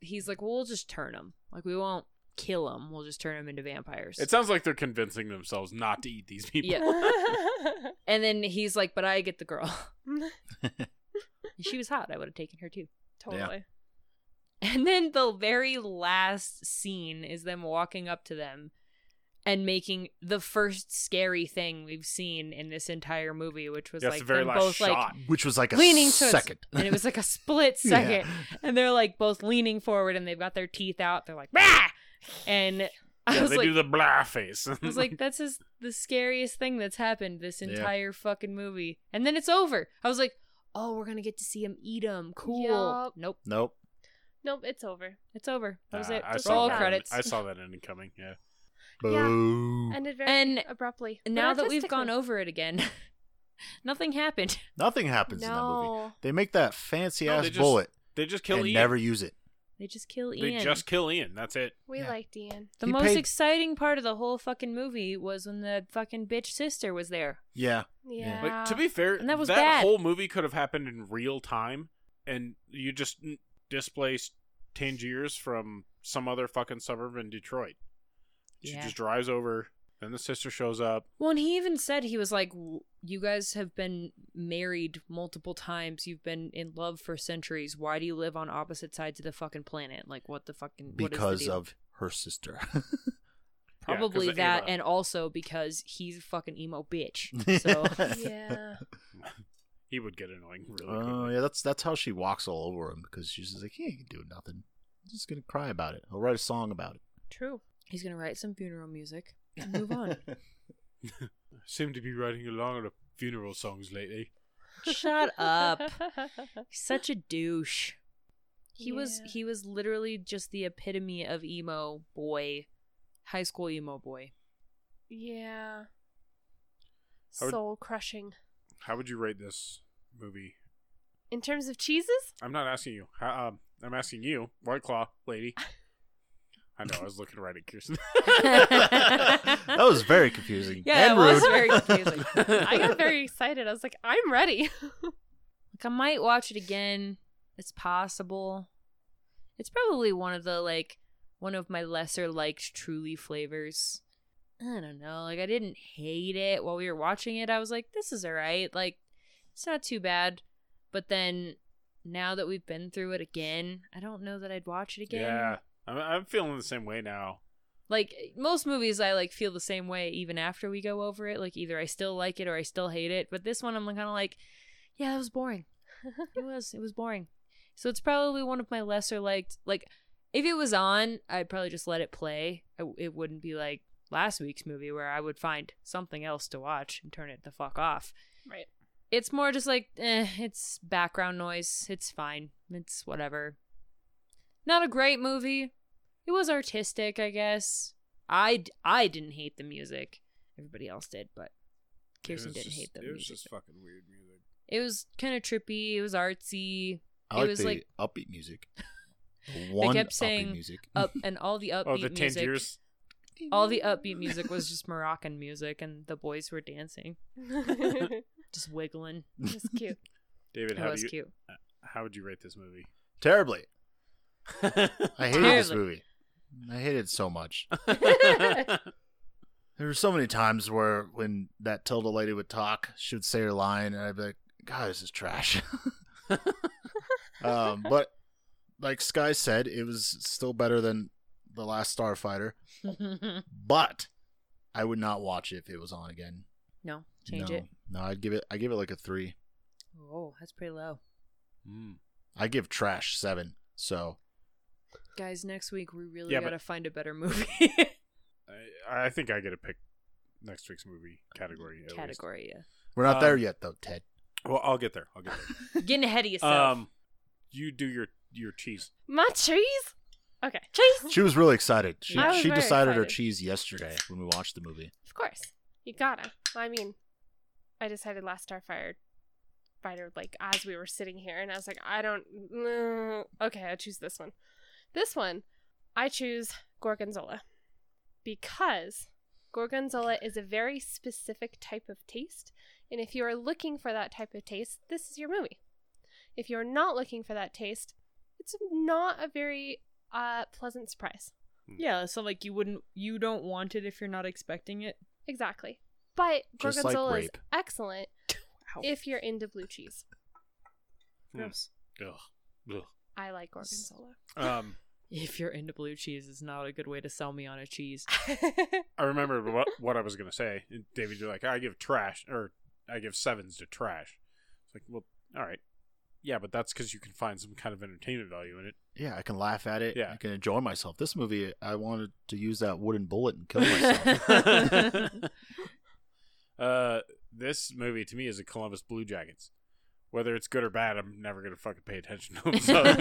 S3: he's like, well, we'll just turn them. Like we won't kill them. We'll just turn them into vampires.
S1: it sounds like they're convincing themselves not to eat these people.
S3: yeah. And then he's like, but I get the girl. she was hot. I would have taken her too.
S2: totally.
S3: And then the very last scene is them walking up to them and making the first scary thing we've seen in this entire movie, which was
S1: That's
S3: like
S1: the very
S3: them
S1: last
S3: both
S1: shot.
S4: Which was like a
S3: like leaning to
S4: second.
S3: and it was like a split
S4: Yeah.
S3: second. And they're like both leaning forward and they've got their teeth out. They're like, bah! and I
S1: Yeah,
S3: was
S1: they
S3: like,
S1: do the blah face.
S3: I was like, that's just the scariest thing that's happened this
S4: Yeah.
S3: entire fucking movie. And then it's over. I was like, oh, we're gonna get to see him eat him. Cool.
S2: Yup.
S3: Nope,
S4: Nope.
S2: Nope, it's over.
S3: it's over. That was
S1: Nah,
S3: it.
S1: I
S2: Just
S1: saw
S3: Roll
S1: that
S3: credits.
S1: In, I saw that ending coming. Yeah.
S2: Yeah.
S4: Boo.
S2: Ended very
S3: And
S2: abruptly. but
S3: now that we've
S2: artistically.
S3: gone over it again, nothing happened.
S4: Nothing happens in that movie.
S2: no.
S4: They make that fancy
S1: No,
S4: ass
S1: they just
S4: bullet
S1: They just kill
S4: and
S1: Ian.
S4: never use it.
S3: They just kill
S1: they
S3: Ian.
S1: just kill Ian. That's it.
S2: We
S4: Yeah.
S2: liked Ian.
S3: the
S4: He
S3: most
S4: paid-
S3: exciting part of the whole fucking movie was when the fucking bitch sister was there.
S4: Yeah.
S2: Yeah.
S4: Yeah.
S1: Like to be fair,
S3: And that was bad.
S1: whole movie could have happened in real time, and you just n- displaced Tangiers from some other fucking suburb in Detroit. She
S3: Yeah.
S1: just drives over, then the sister shows up.
S3: Well, and he even said he was like, "W- "You guys have been married multiple times. You've been in love for centuries. Why do you live on opposite sides of the fucking planet? Like, what the fucking what is the
S4: Because
S3: deal?"
S4: of her sister.
S1: Yeah, 'cause
S3: probably
S1: of
S3: that,
S1: Ava.
S3: and also because he's a fucking emo bitch. So
S2: yeah.
S1: He would get annoying really
S4: Oh
S1: quickly.
S4: yeah, that's that's how she walks all over him because she's just like, he ain't doing nothing. I'm just gonna cry about it. I'll write a song about it.
S2: True.
S3: he's gonna write some funeral music and move on.
S1: Seem to be writing a lot of funeral songs lately.
S3: Shut up. Such a douche. He was
S2: Yeah.
S3: he was literally just the epitome of emo boy, high school emo boy.
S2: Yeah.
S1: I would-
S2: Soul crushing.
S1: How would you rate this movie?
S2: In terms of cheeses,
S1: I'm not asking you. How, um, I'm asking you, White Claw lady. I know. I was looking right at Kirsten.
S4: that was very confusing.
S3: Yeah,
S4: and
S3: it was
S4: rude.
S3: very confusing.
S2: I got very excited. I was like, I'm ready.
S3: Like I might watch it again. It's possible. It's probably one of the like one of my lesser liked truly flavors. I don't know. Like I didn't hate it while we were watching it. I was like, this is alright. Like it's not too bad. But then now that we've been through it again, I don't know that I'd watch it again.
S1: yeah, I'm, I'm feeling the same way now.
S3: Like most movies I like feel the same way even after we go over it. Like either I still like it or I still hate it. But this one I'm kinda like, yeah, that was boring. It was. It was boring. So it's probably one of my lesser liked. Like, if it was on, I'd probably just let it play. I, it wouldn't be like last week's movie where I would find something else to watch and turn it the fuck off.
S2: right.
S3: It's more just like, eh, it's background noise. It's fine. It's whatever. Not a great movie. It was artistic, I guess. I, d- I didn't hate the music. Everybody else did, but Kirsten
S1: It was
S3: didn't
S1: just-
S3: hate the
S1: It
S3: music.
S1: was just fucking weird music.
S3: it was kind of trippy. It was artsy.
S4: I
S3: It
S4: like
S3: was
S4: the
S3: like-
S4: upbeat music. The One
S3: kept
S4: upbeat
S3: saying
S4: music.
S3: up and all the upbeat
S1: Oh, the
S3: music.
S1: Tangiers.
S3: All the upbeat music was just Moroccan music, and the boys were dancing, just wiggling.
S2: Just cute.
S1: David,
S3: It
S1: how do
S3: was
S1: you
S3: cute.
S1: how would you rate this movie?
S4: terribly. I hated this
S3: Terribly.
S4: movie. I hated it so much. There were so many times where when that Tilda lady would talk, she would say her line, and I'd be like, "God, this is trash." um, but like Sky said, it was still better than the last Starfighter. But I would not watch it if it was on again.
S3: no, change
S4: no,
S3: it.
S4: No, I'd give it. I give it like a three.
S3: Oh, that's pretty low,
S1: Mm.
S4: I give trash seven. So
S3: guys. Next week we really
S1: Yeah, but-
S3: gotta find a better movie
S1: I, I think I get to pick next week's movie category. At Least.
S3: category.
S4: we're not
S1: Um,
S4: there yet, though, Ted.
S1: Well, I'll get there. I'll get there.
S3: Yeah. Getting ahead of yourself.
S1: um, you do your your cheese.
S2: My cheese. Okay. Cheese.
S4: She was really excited. She,
S2: I was
S4: she
S2: very
S4: decided her
S2: excited.
S4: cheese yesterday when we watched the movie.
S2: Of course. You gotta. I mean, I decided last Starfire fighter like as we were sitting here, and I was like, I don't. mm, Okay, I choose this one. This one, I choose Gorgonzola because Gorgonzola is a very specific type of taste, and if you are looking for that type of taste, this is your movie. If you're not looking for that taste, it's not a very uh, pleasant surprise.
S3: yeah, so like you wouldn't, you don't want it if you're not expecting it.
S2: Exactly. But
S4: Just like
S2: gorgonzola is
S4: grape.
S2: excellent
S3: Wow.
S2: if you're into blue cheese.
S3: Gross.
S1: Ugh. Ugh.
S2: I like
S1: Hmm.
S2: gorgonzola.
S1: Um,
S3: If you're into blue cheese, is not a good way to sell me on a cheese.
S1: I remember what, what I was gonna say. David, you're like, I give trash, or I give sevens to trash. It's like, well, all right, yeah, but that's because you can find some kind of entertainment value in it.
S4: Yeah, I can laugh at it.
S1: Yeah.
S4: I can enjoy myself. This movie, I wanted to use that wooden bullet and kill myself.
S1: uh, this movie to me is a Columbus Blue Jackets. Whether it's good or bad, I'm never gonna fucking pay attention to them. So it's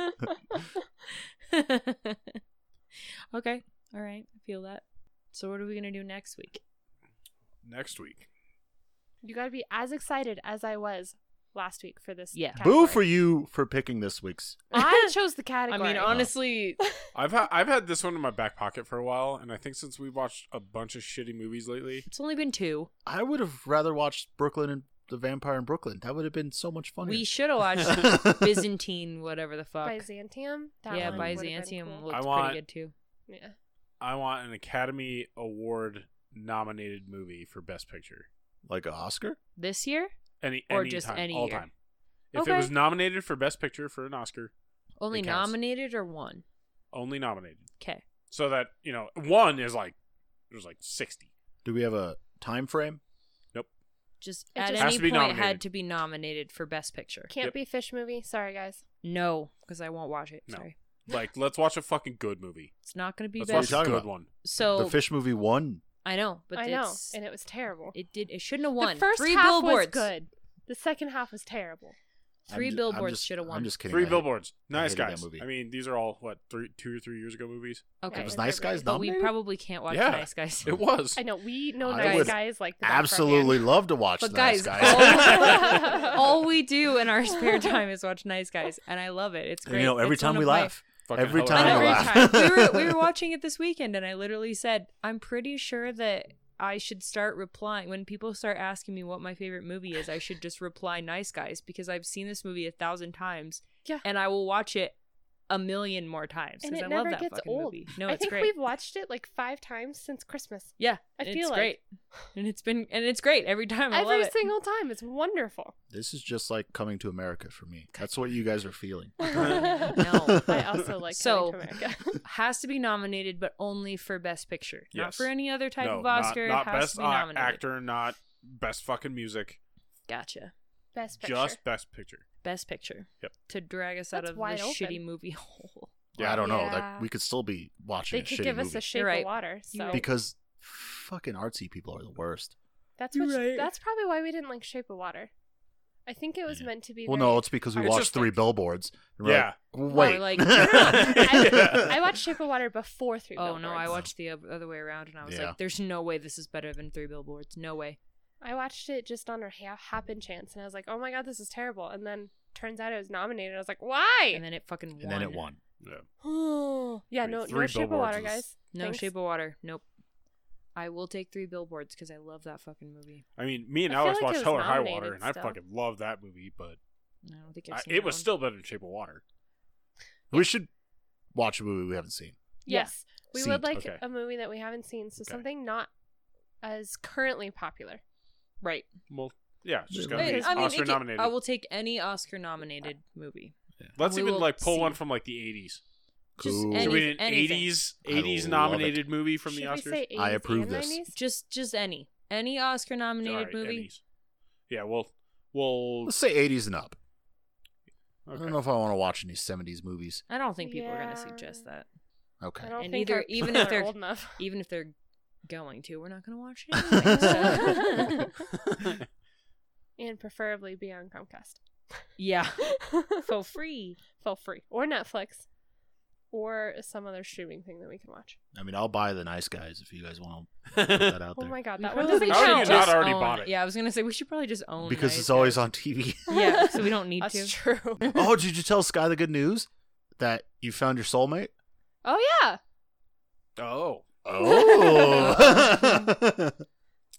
S1: like-
S3: okay. All right. I feel that. So what are we gonna do next week?
S1: next week,
S2: you got to be as excited as I was last week for this.
S3: Yeah.
S4: Boo
S2: category.
S4: for you for picking this week's.
S2: I chose the
S3: I
S2: category.
S3: mean, honestly,
S1: I've had I've had this one in my back pocket for a while, and I think since we've watched a bunch of shitty movies lately,
S3: it's only been two.
S4: I would have rather watched Brooklyn and the Vampire in Brooklyn. That would have been so much fun.
S3: We should have watched Byzantine, whatever the fuck.
S2: Byzantium. That
S3: yeah,
S2: one would've been
S3: Byzantium
S2: cool.
S1: I
S3: looks
S1: want-
S3: pretty good too.
S2: Yeah.
S1: I want an Academy Award nominated movie for Best Picture.
S4: like an Oscar.
S3: This year,
S1: Any
S3: Or
S1: any
S3: just
S1: time,
S3: any
S1: all
S3: year.
S1: time. If it
S3: Okay.
S1: was nominated for Best Picture for an Oscar,
S3: only
S1: It counts.
S3: nominated or won.
S1: only nominated.
S3: Okay.
S1: So that you know, one is like there's like sixty.
S4: Do we have a time frame?
S3: Just
S2: It
S3: at
S2: just-
S1: Has
S3: any
S1: to be
S3: point
S1: nominated.
S3: had to be nominated for best picture.
S2: Can't
S1: Yep.
S2: be fish movie. Sorry, guys.
S3: No, because I won't watch it.
S1: No.
S3: Sorry,
S1: Like, let's watch a fucking good movie.
S3: it's not going to be
S1: Let's
S4: what
S1: watch
S3: best.
S4: you're
S1: a
S4: talking
S1: good
S4: about.
S1: one.
S3: So
S4: the Fish movie won
S3: I know, but
S2: I know,
S3: it's,
S2: and it was terrible.
S3: it did. It shouldn't have won.
S2: The first
S3: Three
S2: half
S3: billboards.
S2: was good. The second half was terrible.
S4: I'm
S3: Three
S4: ju- I'm
S3: billboards
S4: just-
S3: should have won.
S4: I'm just kidding.
S1: Three
S4: I hate-
S1: billboards.
S4: I
S1: Nice
S4: hated that
S1: guys.
S4: movie.
S1: I mean, these are all what three, two or three years ago movies.
S3: Okay,
S2: Yeah,
S4: It was
S2: I
S4: Nice
S2: remember
S4: Guys
S2: it.
S3: but we
S4: nominated?
S3: probably can't watch
S1: Yeah.
S3: Nice Guys.
S4: Hmm.
S1: It was.
S2: I know we know
S4: I
S2: nice
S4: would
S2: guys like the back of our
S4: Absolutely
S2: hand.
S4: love to watch.
S3: But
S4: Nice
S3: guys,
S4: guys.
S2: guys.
S3: All, all we do in our spare time is watch Nice Guys, and I love it. It's
S4: And,
S3: great.
S4: you know, every
S3: It's
S4: time
S3: one
S4: we
S3: of my-
S4: laugh,
S1: Fucking
S4: every
S1: hell,
S4: time
S1: I
S4: we
S1: know.
S3: Every
S4: laugh.
S3: we were we were watching it this weekend, and I literally said, "I'm pretty sure that I should start replying when people start asking me what my favorite movie is. I should just reply Nice Guys because I've seen this movie a thousand times.
S2: Yeah.
S3: and I will watch it a million more times
S2: And
S3: because
S2: it
S3: I
S2: never
S3: love that
S2: gets
S3: fucking
S2: old.
S3: movie. No,
S2: I
S3: it's
S2: think
S3: great.
S2: we've watched it like five times since Christmas.
S3: Yeah,
S2: I
S3: and
S2: feel
S3: it's
S2: like-
S3: great, and it's been and it's great every time. I
S2: Every
S3: love it.
S2: single time. It's wonderful.
S4: This is just like coming to America for me. That's what you guys are feeling.
S3: No.
S2: I also like so,
S3: So-
S2: Coming to America.
S3: has to be nominated, but only for Best Picture, not
S1: Yes.
S3: for any other type
S1: no,
S3: of Oscar.
S1: not, not
S3: it has
S1: best
S3: to be
S1: a-
S3: nominated.
S1: actor, not best fucking music,
S3: Gotcha.
S2: Best picture.
S1: just best picture.
S3: Best Picture.
S1: Yep.
S3: To drag us out
S2: That's
S3: of
S2: wide
S3: this
S2: open.
S3: shitty movie hole.
S1: Yeah.
S4: I don't know.
S2: Yeah.
S4: Like we could still be watching
S2: they
S4: a
S2: could
S4: shitty
S2: give us
S4: movie.
S2: a shape
S3: You're right.
S2: of water. So
S3: You're right.
S4: because fucking artsy people are the worst.
S2: that's
S3: You're
S2: what,
S3: right.
S2: that's probably why we didn't like Shape of Water. I think it was
S4: Yeah.
S2: meant to be.
S4: Well,
S2: very-
S4: no, it's because we
S1: It's
S4: watched
S1: just
S4: three
S1: like-
S4: billboards. and we're
S1: Yeah.
S4: Like, Wait.
S3: like,
S1: Yeah.
S2: I watched Shape of Water before Three
S3: oh
S2: Billboards.
S3: no, I watched the oth- other way around, and I was
S4: Yeah.
S3: like, "There's no way this is better than Three Billboards. No way."
S2: I watched it just on a ha- happen chance, and I was like, "Oh my god, this is terrible!" And then turns out it was nominated. I was like, "Why?"
S3: And then it fucking won.
S4: and then it won.
S1: Yeah.
S2: yeah,
S1: Three-
S2: no,
S1: Three
S2: no Shape of Water,
S1: Billboards is-
S2: guys.
S3: No
S2: Thanks.
S3: Shape of Water. Nope. I will take Three Billboards because I love that fucking movie.
S1: I mean, me and
S2: I feel
S1: Alex
S2: like it
S1: watched
S2: was
S1: Hell or High
S2: nominated
S1: Water, and I
S2: still.
S1: fucking love that movie, but
S3: I don't think
S1: I,
S3: I've seen
S1: it
S3: that
S1: was
S3: one.
S1: still better than Shape of Water.
S4: We should watch a movie we haven't seen.
S3: Yeah.
S2: Yes, we would
S4: Seat,
S2: like
S1: okay.
S2: a movie that we haven't seen, so
S1: Okay.
S2: something not as currently popular.
S3: right.
S1: Well, yeah, it's just
S4: Yeah,
S1: gonna
S4: like-
S1: be
S3: I mean, it
S1: Oscar
S3: can-
S1: nominated.
S3: I will take any Oscar nominated movie.
S1: Let's
S3: we
S1: even
S3: will
S1: like pull one
S3: see.
S1: from like the '80s.
S3: Just
S4: Cool.
S1: Should we
S3: any,
S1: do an
S3: anything.
S1: '80s
S4: I
S1: '80s
S4: love
S1: nominated movie from the
S2: Should
S1: Oscars?
S2: we say 80s
S4: I approve
S2: and
S4: this.
S2: 90s?
S3: Just just any any Oscar
S1: All
S3: nominated
S1: right,
S3: movie.
S1: Emmys. Yeah, we'll we'll.
S4: Let's say 80s and up. I
S1: Okay.
S4: don't know if I want to watch any 70s movies.
S3: I don't think people are gonna
S2: Yeah.
S3: suggest that.
S4: Okay.
S2: I don't
S3: And
S2: think
S3: either-
S2: our
S3: even
S2: people
S3: if they're-
S2: are old enough.
S3: even if they're going to, we're not going to watch it. Anyway, so-
S2: and preferably be on Comcast
S3: yeah, for free.
S2: for free or Netflix or some other streaming thing that we can watch.
S4: I mean, I'll buy the nice guys if you guys want to put
S1: I
S4: that out
S2: Oh
S4: there.
S2: my god,
S3: We
S2: that one
S3: probably
S2: doesn't
S1: should
S2: count.
S1: How did you not
S3: just
S1: already
S3: own-
S1: bought it?
S3: Yeah, I was going to say we should probably just own
S4: because
S3: Nice
S4: it's always
S3: Guys.
S4: on TV.
S3: Yeah, so we don't need
S2: That's
S3: to.
S2: true.
S4: oh, did you tell Sky the good news that you found your soulmate?
S2: Oh yeah.
S1: oh,
S4: Oh.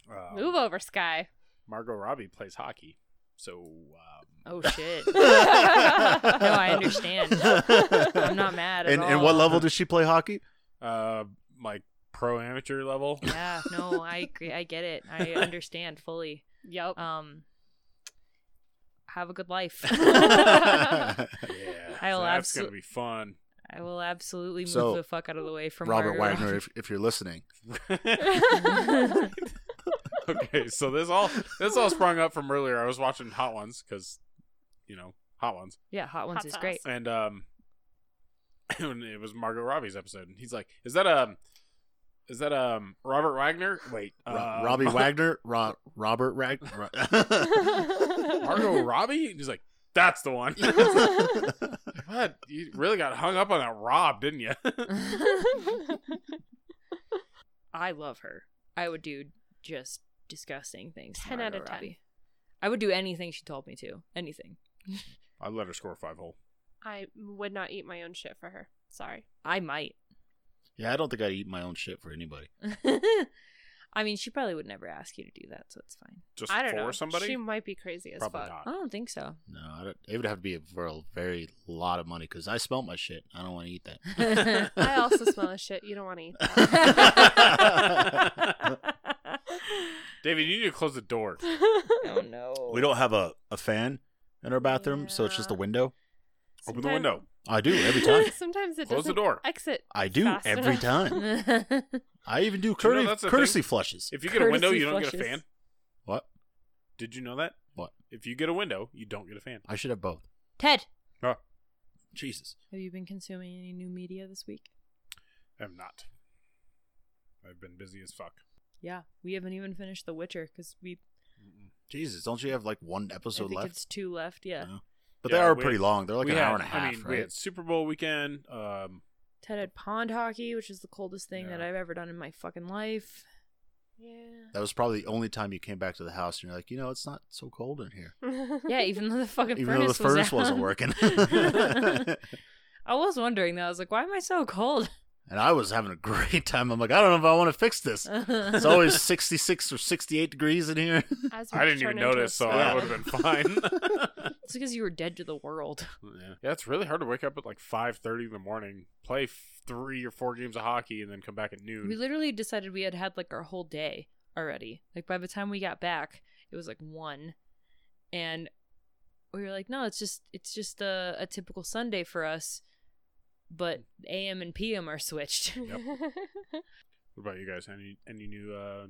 S1: uh,
S2: Move over, Sky.
S1: Margot Robbie plays hockey, so um,
S3: Oh shit!
S4: no, I
S3: understand. I'm not mad at
S4: And,
S3: all.
S4: and what level does she play hockey?
S3: Oh.
S1: uh, like pro amateur level.
S3: Yeah, no, I agree. I get it. I understand fully.
S2: Yep.
S3: Um, have a good life.
S4: yeah.
S1: Yeah,
S3: I will
S1: so that's
S3: abso-
S1: gonna be fun.
S3: I will absolutely move
S4: So,
S3: the fuck out of the way from
S4: Robert
S3: Margot
S4: Wagner, if, if you're listening.
S3: Robbie.
S1: okay, so this all this all sprung up from earlier. I was watching Hot Ones because, you know, Hot Ones,
S3: yeah, Hot Ones
S2: Hot
S3: is
S2: sauce.
S3: great.
S1: and um, and it was Margot Robbie's episode, and he's like, "Is that um, is that um Robert Wagner? Wait,
S4: Ro-
S1: uh,
S4: Robbie Wagner, Ro- Robert Wagner.
S1: Margot Robbie?" And he's like, "That's the one." what? You really got hung up on that Rob, didn't you?
S3: I love her. I would do just disgusting things. to
S2: 10 out
S3: Margot
S2: of 10.
S3: Robbie. I would do anything she told me to. Anything.
S1: I let her score five hole.
S2: I would not eat my own shit for her. Sorry.
S3: I might.
S4: yeah, I don't think I'd eat my own shit for anybody.
S3: I mean, she probably would never ask you to do that, so it's fine.
S1: Just
S2: I don't
S1: for
S2: know.
S1: somebody?
S2: She might be crazy as
S1: Probably
S2: fuck.
S1: not.
S3: I don't think so.
S4: No, I don't, it would have to be for a very lot of money because I smelt my shit. I don't want to eat that.
S3: I
S2: I also smell a shit. You don't want to eat.
S1: David, you need to close the door.
S3: oh no.
S4: we don't have a, a fan in our bathroom, so it's just a
S2: Yeah.
S4: window.
S1: Open the window.
S4: I do every time.
S2: Sometimes it
S1: Close the
S2: doesn't
S1: door.
S2: exit.
S4: I do
S2: Fast
S4: every
S2: enough.
S4: time. I even do
S1: know,
S4: courtesy,
S1: that's the
S4: courtesy
S1: thing.
S4: flushes.
S1: If you get a window,
S3: Courtesy
S1: you don't get a
S3: flushes.
S1: fan.
S4: What?
S1: Did you know that?
S4: What?
S1: If you get a window, you don't get a fan.
S4: I should have both.
S3: Ted,
S1: Oh,
S4: Jesus.
S3: have you been consuming any new media this week?
S1: I'm not. I've been busy as fuck.
S3: Yeah, we haven't even finished The Witcher because we
S4: Jesus, don't you have like one
S3: I
S4: episode
S3: think
S4: left?
S3: it's two left. Yeah,
S4: Yeah. But
S1: Yeah,
S4: they are
S1: we-
S4: pretty long. They're like
S1: We
S4: an
S1: had-
S4: hour and a half,
S1: I mean, we
S4: right?
S1: had Super Bowl weekend. Um,
S3: Ted had pond hockey, which is the coldest thing that
S1: Yeah.
S3: I've ever done in my fucking life.
S2: Yeah.
S4: That was probably the only time you came back to the house and you're like, you know, it's not so cold in here.
S3: Yeah, e even though the fucking
S4: Even though the
S3: furnace,
S4: furnace
S3: was
S4: wasn't
S3: out.
S4: working.
S3: I was wondering that. I was like, why am I so cold?
S4: and I was having a great time. I'm like, I don't know if I want to fix this. It's
S3: it's
S4: always 66 or 68 degrees in here.
S2: As we
S1: I didn't even
S2: turn into a
S1: notice, so
S2: snow.
S1: Oh, I would have been fine.
S3: because you were dead to the world.
S1: yeah. yeah, it's really hard to wake up at like five thirty in the morning, play f- three or four games of hockey, and then come back at noon.
S3: We literally decided we had had like our whole day already. Like by the time we got back, it was like one, and we were like, no, it's just it's just a, a typical Sunday for us, but AM and PM are switched.
S1: what about you guys? Any any new? Uh,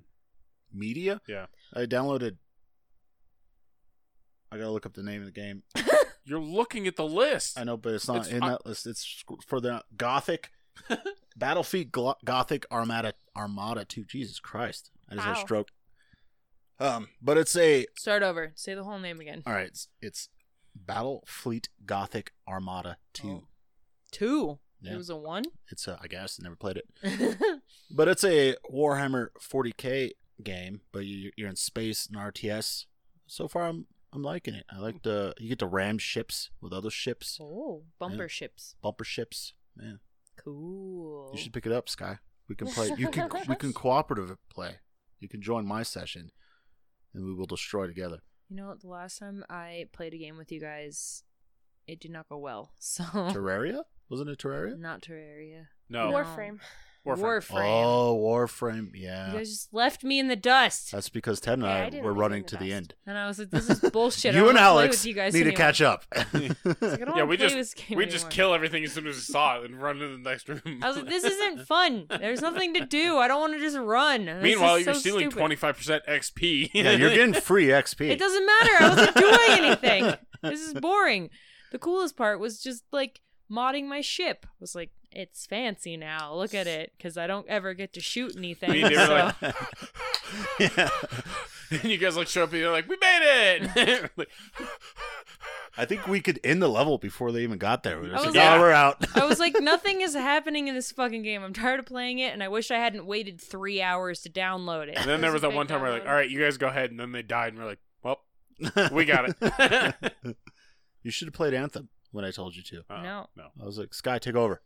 S4: Media?
S1: Yeah.
S4: I downloaded. I gotta look up the name of the game.
S1: you're looking at the list.
S4: I know, but it's not
S1: It's
S4: in
S1: fu-
S4: that list. It's sc- for the Gothic Battlefield Glo- Gothic Armada Armada Two. Jesus Christ! I just had
S2: Wow.
S4: a stroke. Um, but it's a
S3: Start over. Say the whole name again.
S4: all right. It's, it's Battle Fleet Gothic Armada Two.
S3: Oh. Two.
S4: Yeah.
S3: It was a one.
S4: It's a, I guess I never played it, but it's a Warhammer 40k game. But you, you're in space and RTS. So far, I'm I'm liking it. I like the you get to ram ships with other ships,
S3: oh, bumper
S4: Yeah.
S3: ships.
S4: bumper ships. Yeah.
S3: Cool.
S4: You should pick it up, Sky. We can play. You can. we can cooperative play. You can join my session, and we will destroy together.
S3: You know, the last time I played a game with you guys, it did not go well. So
S4: Terraria wasn't it Terraria?
S3: not Terraria.
S1: no,
S3: War-
S2: Warframe.
S1: Warframe.
S3: Warframe.
S4: Oh, Warframe.
S3: You
S4: Yeah,
S3: guys just left me in the dust,
S4: that's because Ted and
S2: Yeah, I
S4: I,
S2: didn't
S4: were
S2: leave
S4: running
S2: in the
S4: to the
S2: dust.
S4: end.
S3: and I was like, "This is bullshit." I
S4: you
S3: don't
S4: and
S3: wanna play
S4: Alex
S3: with you guys
S4: need to
S3: anymore.
S4: catch up.
S3: I was like, I don't
S1: Yeah,
S3: wanna
S1: we
S3: play
S1: just-
S3: this game
S1: We just
S3: anymore.
S1: kill everything as soon as we saw it and run into the next room.
S3: I was like, "This isn't fun. There's nothing to do. I don't want to just run." This
S1: Meanwhile,
S3: is
S1: you're
S3: so
S1: stealing
S3: stupid.
S1: twenty five percent XP.
S4: yeah, you're getting free XP.
S3: It doesn't matter. I wasn't doing anything. This is boring. The coolest part was just like modding my ship. I was like, it's fancy now. Look at it, because I don't ever get to shoot anything.
S1: I mean, they were
S3: so-
S1: like,
S4: Yeah.
S1: and you guys like show up and you're like, we made it. Like,
S4: I think we could end the level before they even got there. We're
S2: Oh,
S4: just
S3: was
S4: like,
S3: like-
S4: "Yeah, we're out.
S3: I was like, nothing is happening in this fucking game. I'm tired of playing it, and I wish I hadn't waited three hours to download it.
S1: and then there was
S3: a
S1: that one
S3: big
S1: time where we're like,
S3: download.
S1: all right, you guys go ahead, and then they died, and we're like, well,
S2: Oh.
S1: we got it. Uh,
S4: You should have played Anthem when I told you to.
S3: No.
S1: no.
S4: I was like, Sky, take over.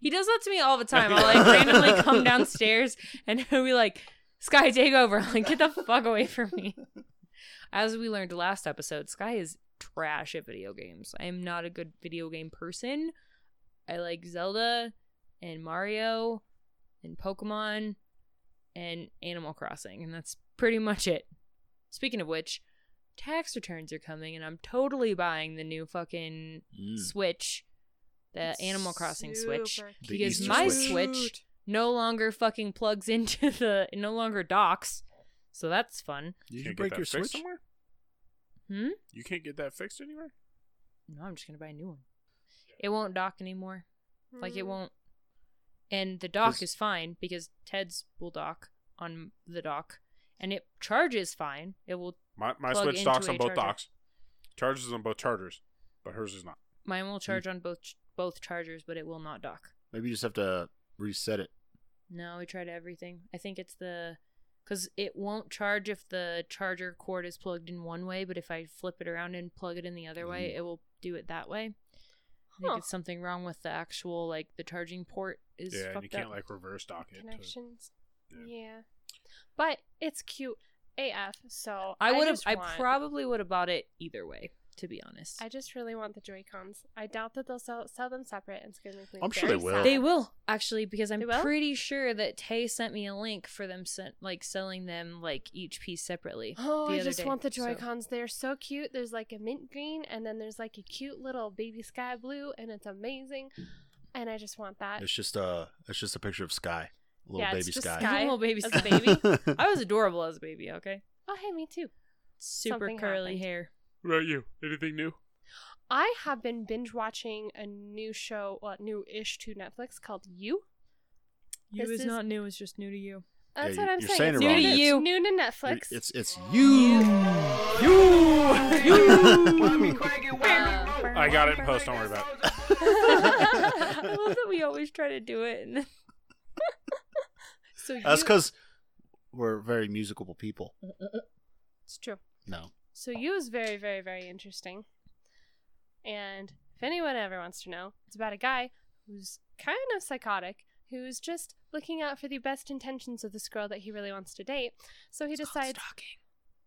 S3: He does that to me all the time. I'll like randomly come downstairs and he'll be like, Sky, take over. I'm like, get the fuck away from me. As we learned last episode, Sky is trash at video games. I am not a good video game person. I like Zelda and Mario and Pokemon and Animal Crossing, and that's pretty much it. Speaking of which, tax returns are coming, and I'm totally buying the new fucking
S4: Hmm. Mm.
S3: Switch, the Animal Crossing Switch,
S2: Super
S4: The
S3: because
S4: Easter
S3: my
S4: Switch.
S3: Switch. no longer fucking plugs into the, it no longer docks. So that's fun.
S4: Did
S1: Can't
S4: you
S1: get
S4: break
S1: that
S4: your
S1: fixed
S4: switch?
S1: somewhere?
S3: Hmm?
S1: You can't get that fixed anywhere.
S3: No, I'm just going to buy a new one. It won't dock anymore. Like,
S2: Mm.
S3: it won't. And the dock
S4: This-
S3: is fine because Ted's will dock on the dock. And it charges fine. It will,
S1: My my
S3: Plug
S1: switch docks
S3: into
S1: on
S3: a
S1: both
S3: charger.
S1: docks, charges on both chargers, but hers is not.
S3: mine will charge on both both chargers, but it will not dock.
S4: Maybe you just have to reset it.
S3: No, we tried everything. I think it's the because it won't charge if the charger cord is plugged in one way, but if I flip it around and plug it in the other
S1: Mm-hmm.
S3: way, it will do it that way. I think
S2: Huh.
S3: it's something wrong with the actual like the charging port is
S1: yeah, and
S3: fucked
S1: you can't
S3: up.
S1: like reverse dock it. to-
S2: Connections.
S1: Yeah.
S2: Yeah. But it's cute AF, so
S3: I would have.
S2: just
S3: I
S2: want-
S3: probably would have bought it either way. To be honest,
S2: I just really want the Joy Cons. I doubt that they'll sell, sell them separate. And it's gonna make me.
S4: I'm sure
S2: very
S4: they will.
S2: sad.
S3: they will actually because I'm
S2: They will?
S3: pretty sure that Tay sent me a link for them sent like selling them like each piece separately.
S2: Oh,
S3: the
S2: I
S3: other
S2: just
S3: day,
S2: want the
S3: so-
S2: Joy Cons. They're so cute. There's like a mint green, and then there's like a cute little baby sky blue, and it's amazing. And I just want that.
S4: It's just a it's just a picture of Sky, little
S2: Yeah, it's
S4: baby
S2: just
S4: Sky.
S2: Sky
S3: Little baby
S2: as a
S3: Sky.
S2: baby.
S3: I was adorable as a baby. Okay,
S2: oh, hey, me too.
S3: super
S2: Something
S3: curly
S2: happened.
S3: hair.
S1: What about you? Anything new?
S2: I have been binge watching a new show, well, new ish to Netflix called You.
S3: You
S2: This
S3: is,
S2: is-
S3: not new, it's just new to you.
S2: That's
S4: Yeah,
S2: what
S4: you-
S2: I'm
S4: you're
S2: saying.
S4: saying
S2: It's
S4: it wrong.
S2: noon,
S4: It's-
S2: noon and Netflix.
S4: It's it's you. You.
S1: I got it in post. Don't worry about it.
S3: I love that we always try to do it. And
S2: so
S3: then...
S2: you,
S4: That's because we're very musical people.
S2: it's true.
S4: No.
S2: So you is very, very, very interesting. And if anyone ever wants to know, it's about a guy who's kind of psychotic, who's just looking out for the best intentions of this girl that he really wants to date. So he decides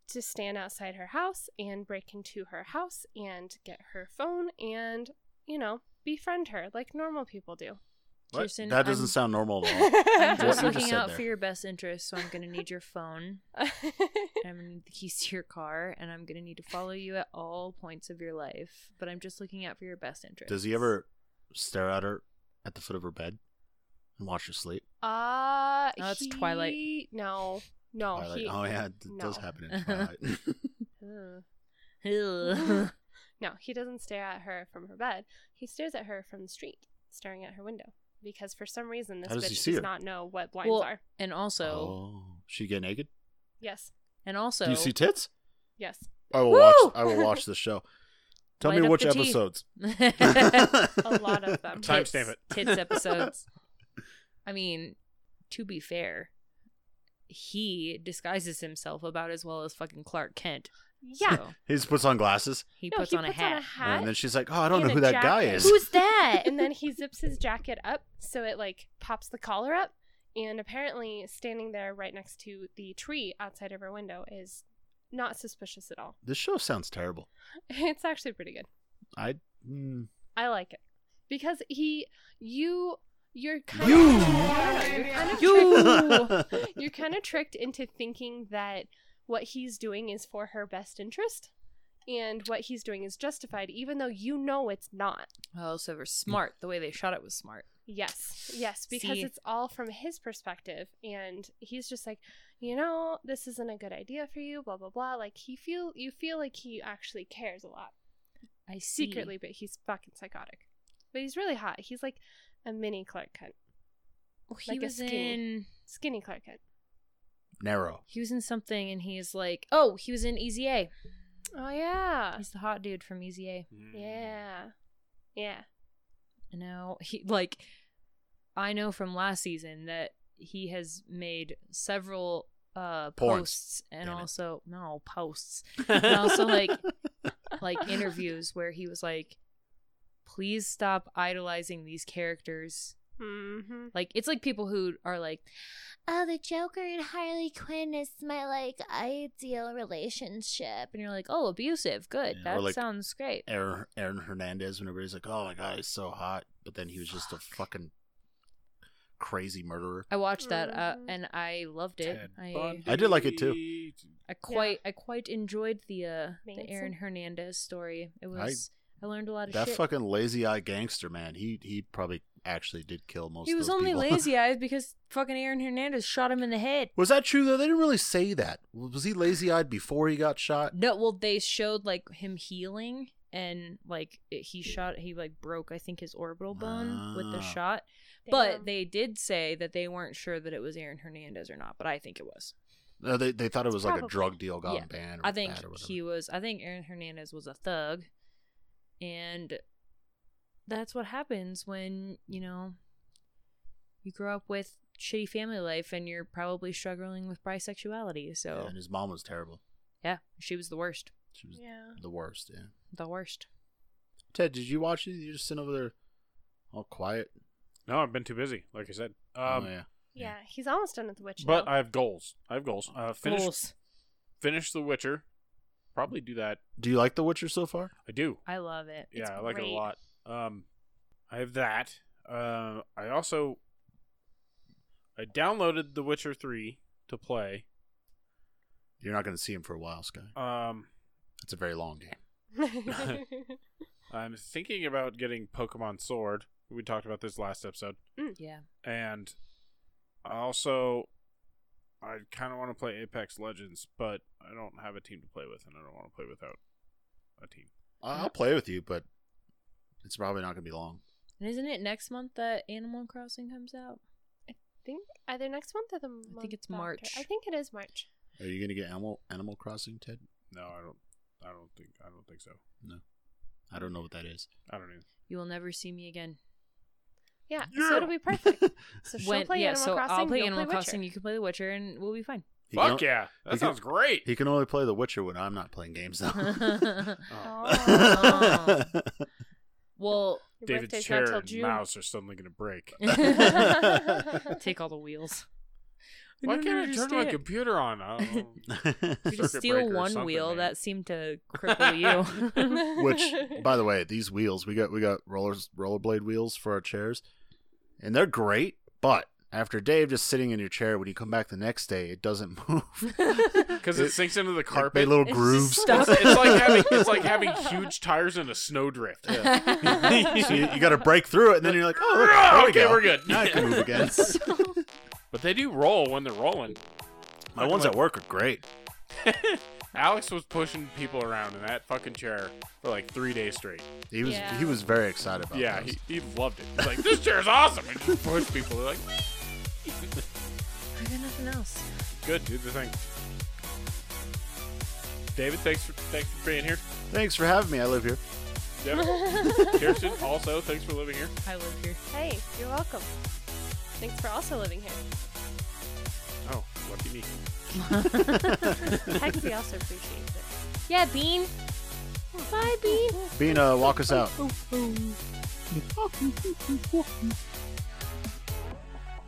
S2: to stand outside her house and break into her house and get her phone and, you know, befriend her like normal people do.
S4: What?
S3: Kirsten,
S4: that doesn't
S3: I'm-
S4: sound normal at all.
S3: I'm
S4: What
S3: just
S4: you just
S3: looking
S4: said
S3: out
S4: there.
S3: for your best interest, so I'm going to need your phone. and I'm gonna need the keys to your car, and I'm gonna need to follow you at all points of your life. But I'm just looking out for your best interest.
S4: Does he ever stare at her at the foot of her bed and watch her sleep?
S2: uh,
S3: No, it's
S2: he-
S3: Twilight.
S2: No, no.
S4: Twilight.
S2: He,
S4: oh yeah, it d- does
S2: no.
S4: happen in Twilight.
S2: Ugh.
S3: Ugh.
S2: No, he doesn't stare at her from her bed. He stares at her from the street, staring at her window. Because for some reason, this
S4: How does he
S2: bitch
S4: see
S2: does
S4: her?
S2: not know what blinds
S3: Well-
S2: are.
S3: and also,
S4: oh, she get naked?
S2: Yes,
S3: and also,
S4: Do you see tits?
S2: yes.
S4: I will
S3: Woo!
S4: watch. I will watch this show. Tell
S3: Light
S4: me
S3: up
S4: which
S3: the tea.
S4: episodes.
S2: A lot of them.
S1: Time- Timestamp it.
S3: Tits tits episodes. I mean, to be fair, he disguises himself about as well as fucking Clark Kent.
S2: Yeah.
S3: So
S4: He just puts on glasses,
S3: he
S2: No,
S3: puts,
S2: he
S3: on,
S2: puts
S3: a hat.
S2: on a hat.
S4: and then she's like, "Oh, I don't
S2: In
S4: know
S2: a
S4: who that guy
S2: jacket.
S4: is."
S3: Who's that?
S2: and then he zips his jacket up so it like pops the collar up. And apparently, standing there right next to the tree outside of her window is not suspicious at all.
S4: this show sounds terrible.
S2: It's actually pretty good.
S4: I. Mm,
S2: I like it because he, you, you're kind
S4: You!
S2: of, no, no, you're kind of tricked- you're kind of tricked into thinking that what he's doing is for her best interest and what he's doing is justified even though you know it's not
S3: Oh, so we're smart. The way they shot it was smart.
S2: yes yes because
S3: See.
S2: it's all from his perspective and he's just like you know this isn't a good idea for you blah blah blah like he feel you feel like he actually cares a lot
S3: I see.
S2: secretly but he's fucking psychotic but he's really hot he's like a mini clark kent
S3: Well, he
S2: like a
S3: was
S2: skinny.
S3: in.
S2: skinny clark kent
S4: narrow.
S3: He was in something, and he's like, "Oh, he was in Easy A.
S2: oh yeah
S3: He's the hot dude from Easy A."
S1: Mm.
S2: yeah yeah
S3: I know he like. I know from last season that he has made several uh
S4: Porns.
S3: posts and
S4: Damn it.
S3: also no posts and also like like interviews where he was like, "Please stop idolizing these characters."
S2: mm-hmm
S3: Like it's like people who are like,
S6: Oh, the Joker and Harley Quinn is my like ideal relationship.
S3: and you're like, "Oh, abusive. Good.
S4: Yeah, or
S3: that
S4: like-
S3: sounds great."
S4: Aaron, Aaron Hernandez when everybody's like, "Oh my god, he's so hot," but then he was just a fucking crazy murderer.
S3: I watched that uh,
S2: Mhm.
S3: and I loved it.
S1: Ted
S3: I,
S1: Bundy.
S4: I did like it too.
S3: I quite I quite enjoyed the uh, the Aaron
S2: Manson.
S3: Hernandez story. It was I, learned a lot of
S4: That
S3: shit.
S4: fucking lazy eye gangster man. He he probably actually did kill most.
S3: he
S4: of
S3: was
S4: those
S3: only
S4: people.
S3: lazy eyes because fucking Aaron Hernandez shot him in the head.
S4: Was that true though? They didn't really say that. Was he lazy eyed before he got shot?
S3: No, well they showed like him healing and like it- he shot he like broke I think his orbital bone with the
S4: Ah.
S3: shot. But
S2: Damn.
S3: they did say that they weren't sure that it was Aaron Hernandez or not, but I think it was.
S4: No, they they thought it was like a
S2: Probably.
S4: drug deal gone
S3: Yeah.
S4: bad. Or
S3: I think
S4: bad or whatever.
S3: he was. I think Aaron Hernandez was a thug, and that's what happens when you know you grow up with shitty family life and you're probably struggling with bisexuality.
S4: Yeah,
S3: So
S4: and his mom was terrible.
S3: yeah, she was the worst.
S4: She was
S2: yeah
S4: the worst. Yeah.
S3: The worst.
S4: Ted, did you watch it? You just sitting over there, all quiet.
S1: No, I've been too busy. Like I said, um,
S4: oh yeah.
S2: Yeah, he's almost done with The Witch.
S1: but
S2: now.
S1: I have goals. I have goals. Uh, finish
S3: Goals.
S1: finish The Witcher. Probably do that.
S4: Do you like The Witcher so far?
S1: I do.
S3: I love it.
S1: Yeah,
S2: It's
S1: I like it a
S2: great.
S1: lot. Um, I have that. Uh, I also I downloaded The Witcher Three to play.
S4: You're not going to see him for a while, Sky.
S1: Um,
S4: It's a very long game.
S1: I'm thinking about getting Pokemon Sword. We talked about this last episode,
S3: Yeah.
S1: and I also I kind of want to play Apex Legends, but I don't have a team to play with, and I don't want to play without a team.
S4: I- I'll play with you, but it's probably not going to be long.
S3: And isn't it next month that Animal Crossing comes out?
S2: think either next month or the month
S3: think it's
S2: after.
S3: March.
S2: I think it is March.
S4: Are you gonna get Animal Animal Crossing, Ted?
S1: No, I don't. I don't think. I don't think so.
S4: I don't know what that is.
S1: I don't even.
S3: You will never see me again.
S2: Yeah, so it'll be perfect. So she'll
S3: When-
S2: play
S3: yeah,
S2: Animal
S3: so
S2: Crossing.
S3: I'll play
S2: you'll
S3: Animal
S2: Witcher.
S3: Crossing. You can play The Witcher, and we'll be fine.
S4: He can
S1: Fuck
S4: o-
S1: yeah,
S4: you
S1: that sounds great.
S4: He can only play The Witcher when I'm not playing games, though.
S1: Oh,
S2: Oh.
S3: well,
S2: Your
S1: David's
S2: birthday's
S1: chair
S2: not till
S1: and
S2: June.
S1: mouse are suddenly gonna break.
S3: take all the wheels.
S1: Why
S3: don't
S1: can't I turn my
S3: understand.
S1: computer on? Oh. I don't know.
S3: You just
S1: circuit
S3: steal
S1: breaker or
S3: one
S1: something,
S3: wheel.
S1: man.
S3: That seemed to cripple you.
S4: Which, by the way, these wheels we got we got rollers rollerblade wheels for our chairs, and they're great. But after day of just sitting in your chair, when you come back the next day, it doesn't move.
S1: Because it sinks into the
S4: Like,
S1: carpet.
S4: made little
S3: It's just
S4: grooves.
S3: stuck.
S1: it's, it's like having it's like having huge tires in a snowdrift.
S4: so you, got to break through it, and then you're like, oh, look,
S1: okay,
S4: there we go.
S1: we're good.
S4: Now I can move again.
S1: But they do roll when they're rolling.
S4: My ones at work are great.
S1: Alex was pushing people around in that fucking chair for like three days straight.
S4: He was
S2: Yeah.
S4: he was very excited about.
S1: yeah,
S4: those.
S1: he, he loved it. He's like, this chair's awesome. And just pushed people. They're like,
S3: I got nothing else.
S1: good, do the thing. David, thanks for thanks for being here.
S4: Thanks for having me. I live here.
S1: Devin, Kirsten, also thanks for living here.
S3: I live here.
S2: hey, you're welcome. Thanks for also living here.
S1: Oh, lucky me.
S2: Hexy also appreciates it. Yeah, Bean. Bye, Bean.
S4: Bina, uh, walk us out.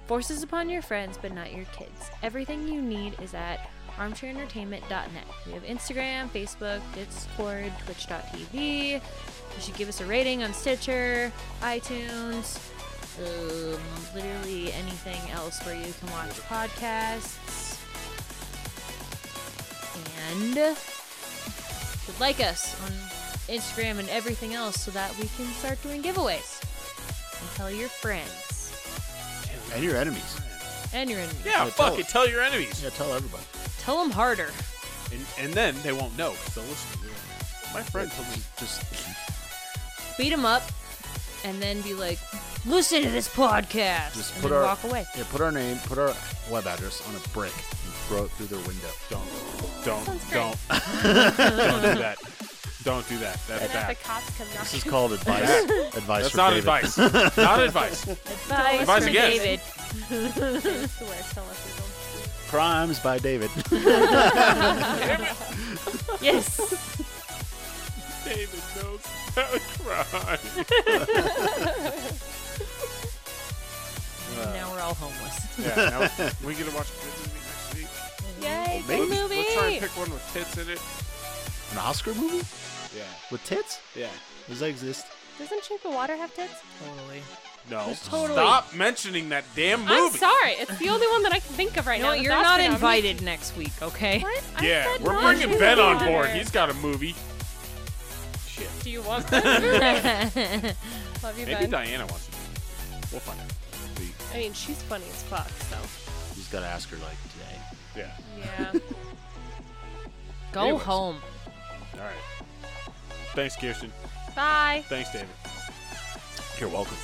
S3: Forces upon your friends, but not your kids. Everything you need is at armchairentertainment.net. We have Instagram, Facebook, Discord, twitch.tv. You should give us a rating on Stitcher, iTunes, um, literally anything else where you can watch podcasts. And you should like us on Instagram and everything else so that we can start doing giveaways. And tell your friends
S4: And your enemies.
S3: and your enemies.
S1: Yeah,
S4: Yeah,
S1: fuck
S4: tell-
S1: it. Tell your enemies.
S4: Yeah, tell everybody.
S3: Tell them harder.
S1: And, and then they won't know because they'll listen to it. My friend told me.
S4: Just
S3: Beat them up, and then be like, "Listen to this podcast,"
S4: Just
S3: and
S4: put
S3: then
S4: our-
S3: walk away.
S4: yeah, put our name, put our web address on a brick and throw it through their window.
S1: Don't. Don't.
S2: Sounds great.
S1: Don't. don't do that. Don't do that. That's
S2: And if
S1: bad.
S2: the cops come
S4: This
S2: knocking.
S4: is called advice. advice.
S1: That's
S4: from
S1: not
S4: David.
S1: advice. not advice.
S3: Advice,
S1: Advice
S3: from
S1: again.
S3: David.
S2: It's the worst. Don't listen to 'em.
S4: Crimes by David.
S3: Yes.
S1: David knows how to cry.
S3: And now we're all homeless.
S1: Yeah, now we get to watch a good movie next week.
S2: Yay,
S4: Maybe.
S2: good
S1: Let's-
S2: movie.
S1: Let's try and pick one with tits in it.
S4: An Oscar movie
S1: Yeah.
S4: with tits?
S1: Yeah.
S4: Does that exist?
S2: Doesn't Shape of Water have tits?
S3: Totally.
S1: No.
S2: Totally.
S1: Stop mentioning that damn movie.
S2: I'm sorry. It's the only one that I can think of right
S3: You know
S2: now.
S3: what?
S2: that's
S3: You're not
S2: Oscar nominated.
S3: invited next week, okay?
S2: What? I
S1: Yeah,
S2: said
S1: we're
S2: not Shape
S1: bringing
S2: of
S1: Ben on
S2: Water.
S1: board. He's got a movie. Shit.
S2: Do you want that? Love you,
S1: Maybe
S2: Ben.
S1: Diana wants to. do it. We'll find out.
S2: I mean, she's funny as fuck, so.
S4: You just gotta ask her like today.
S1: Yeah.
S2: Yeah.
S3: Go
S1: Anyways.
S3: home.
S1: All right. Thanks, Kirsten.
S2: Bye.
S1: Thanks, David.
S4: You're welcome.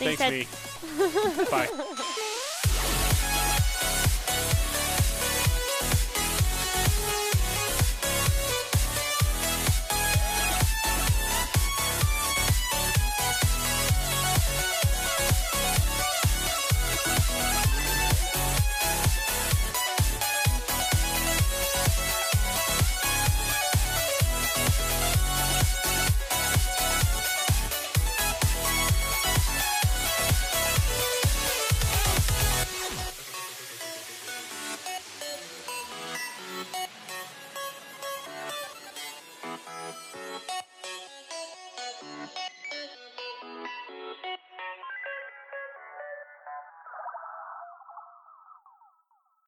S1: Thanks, me. Bye.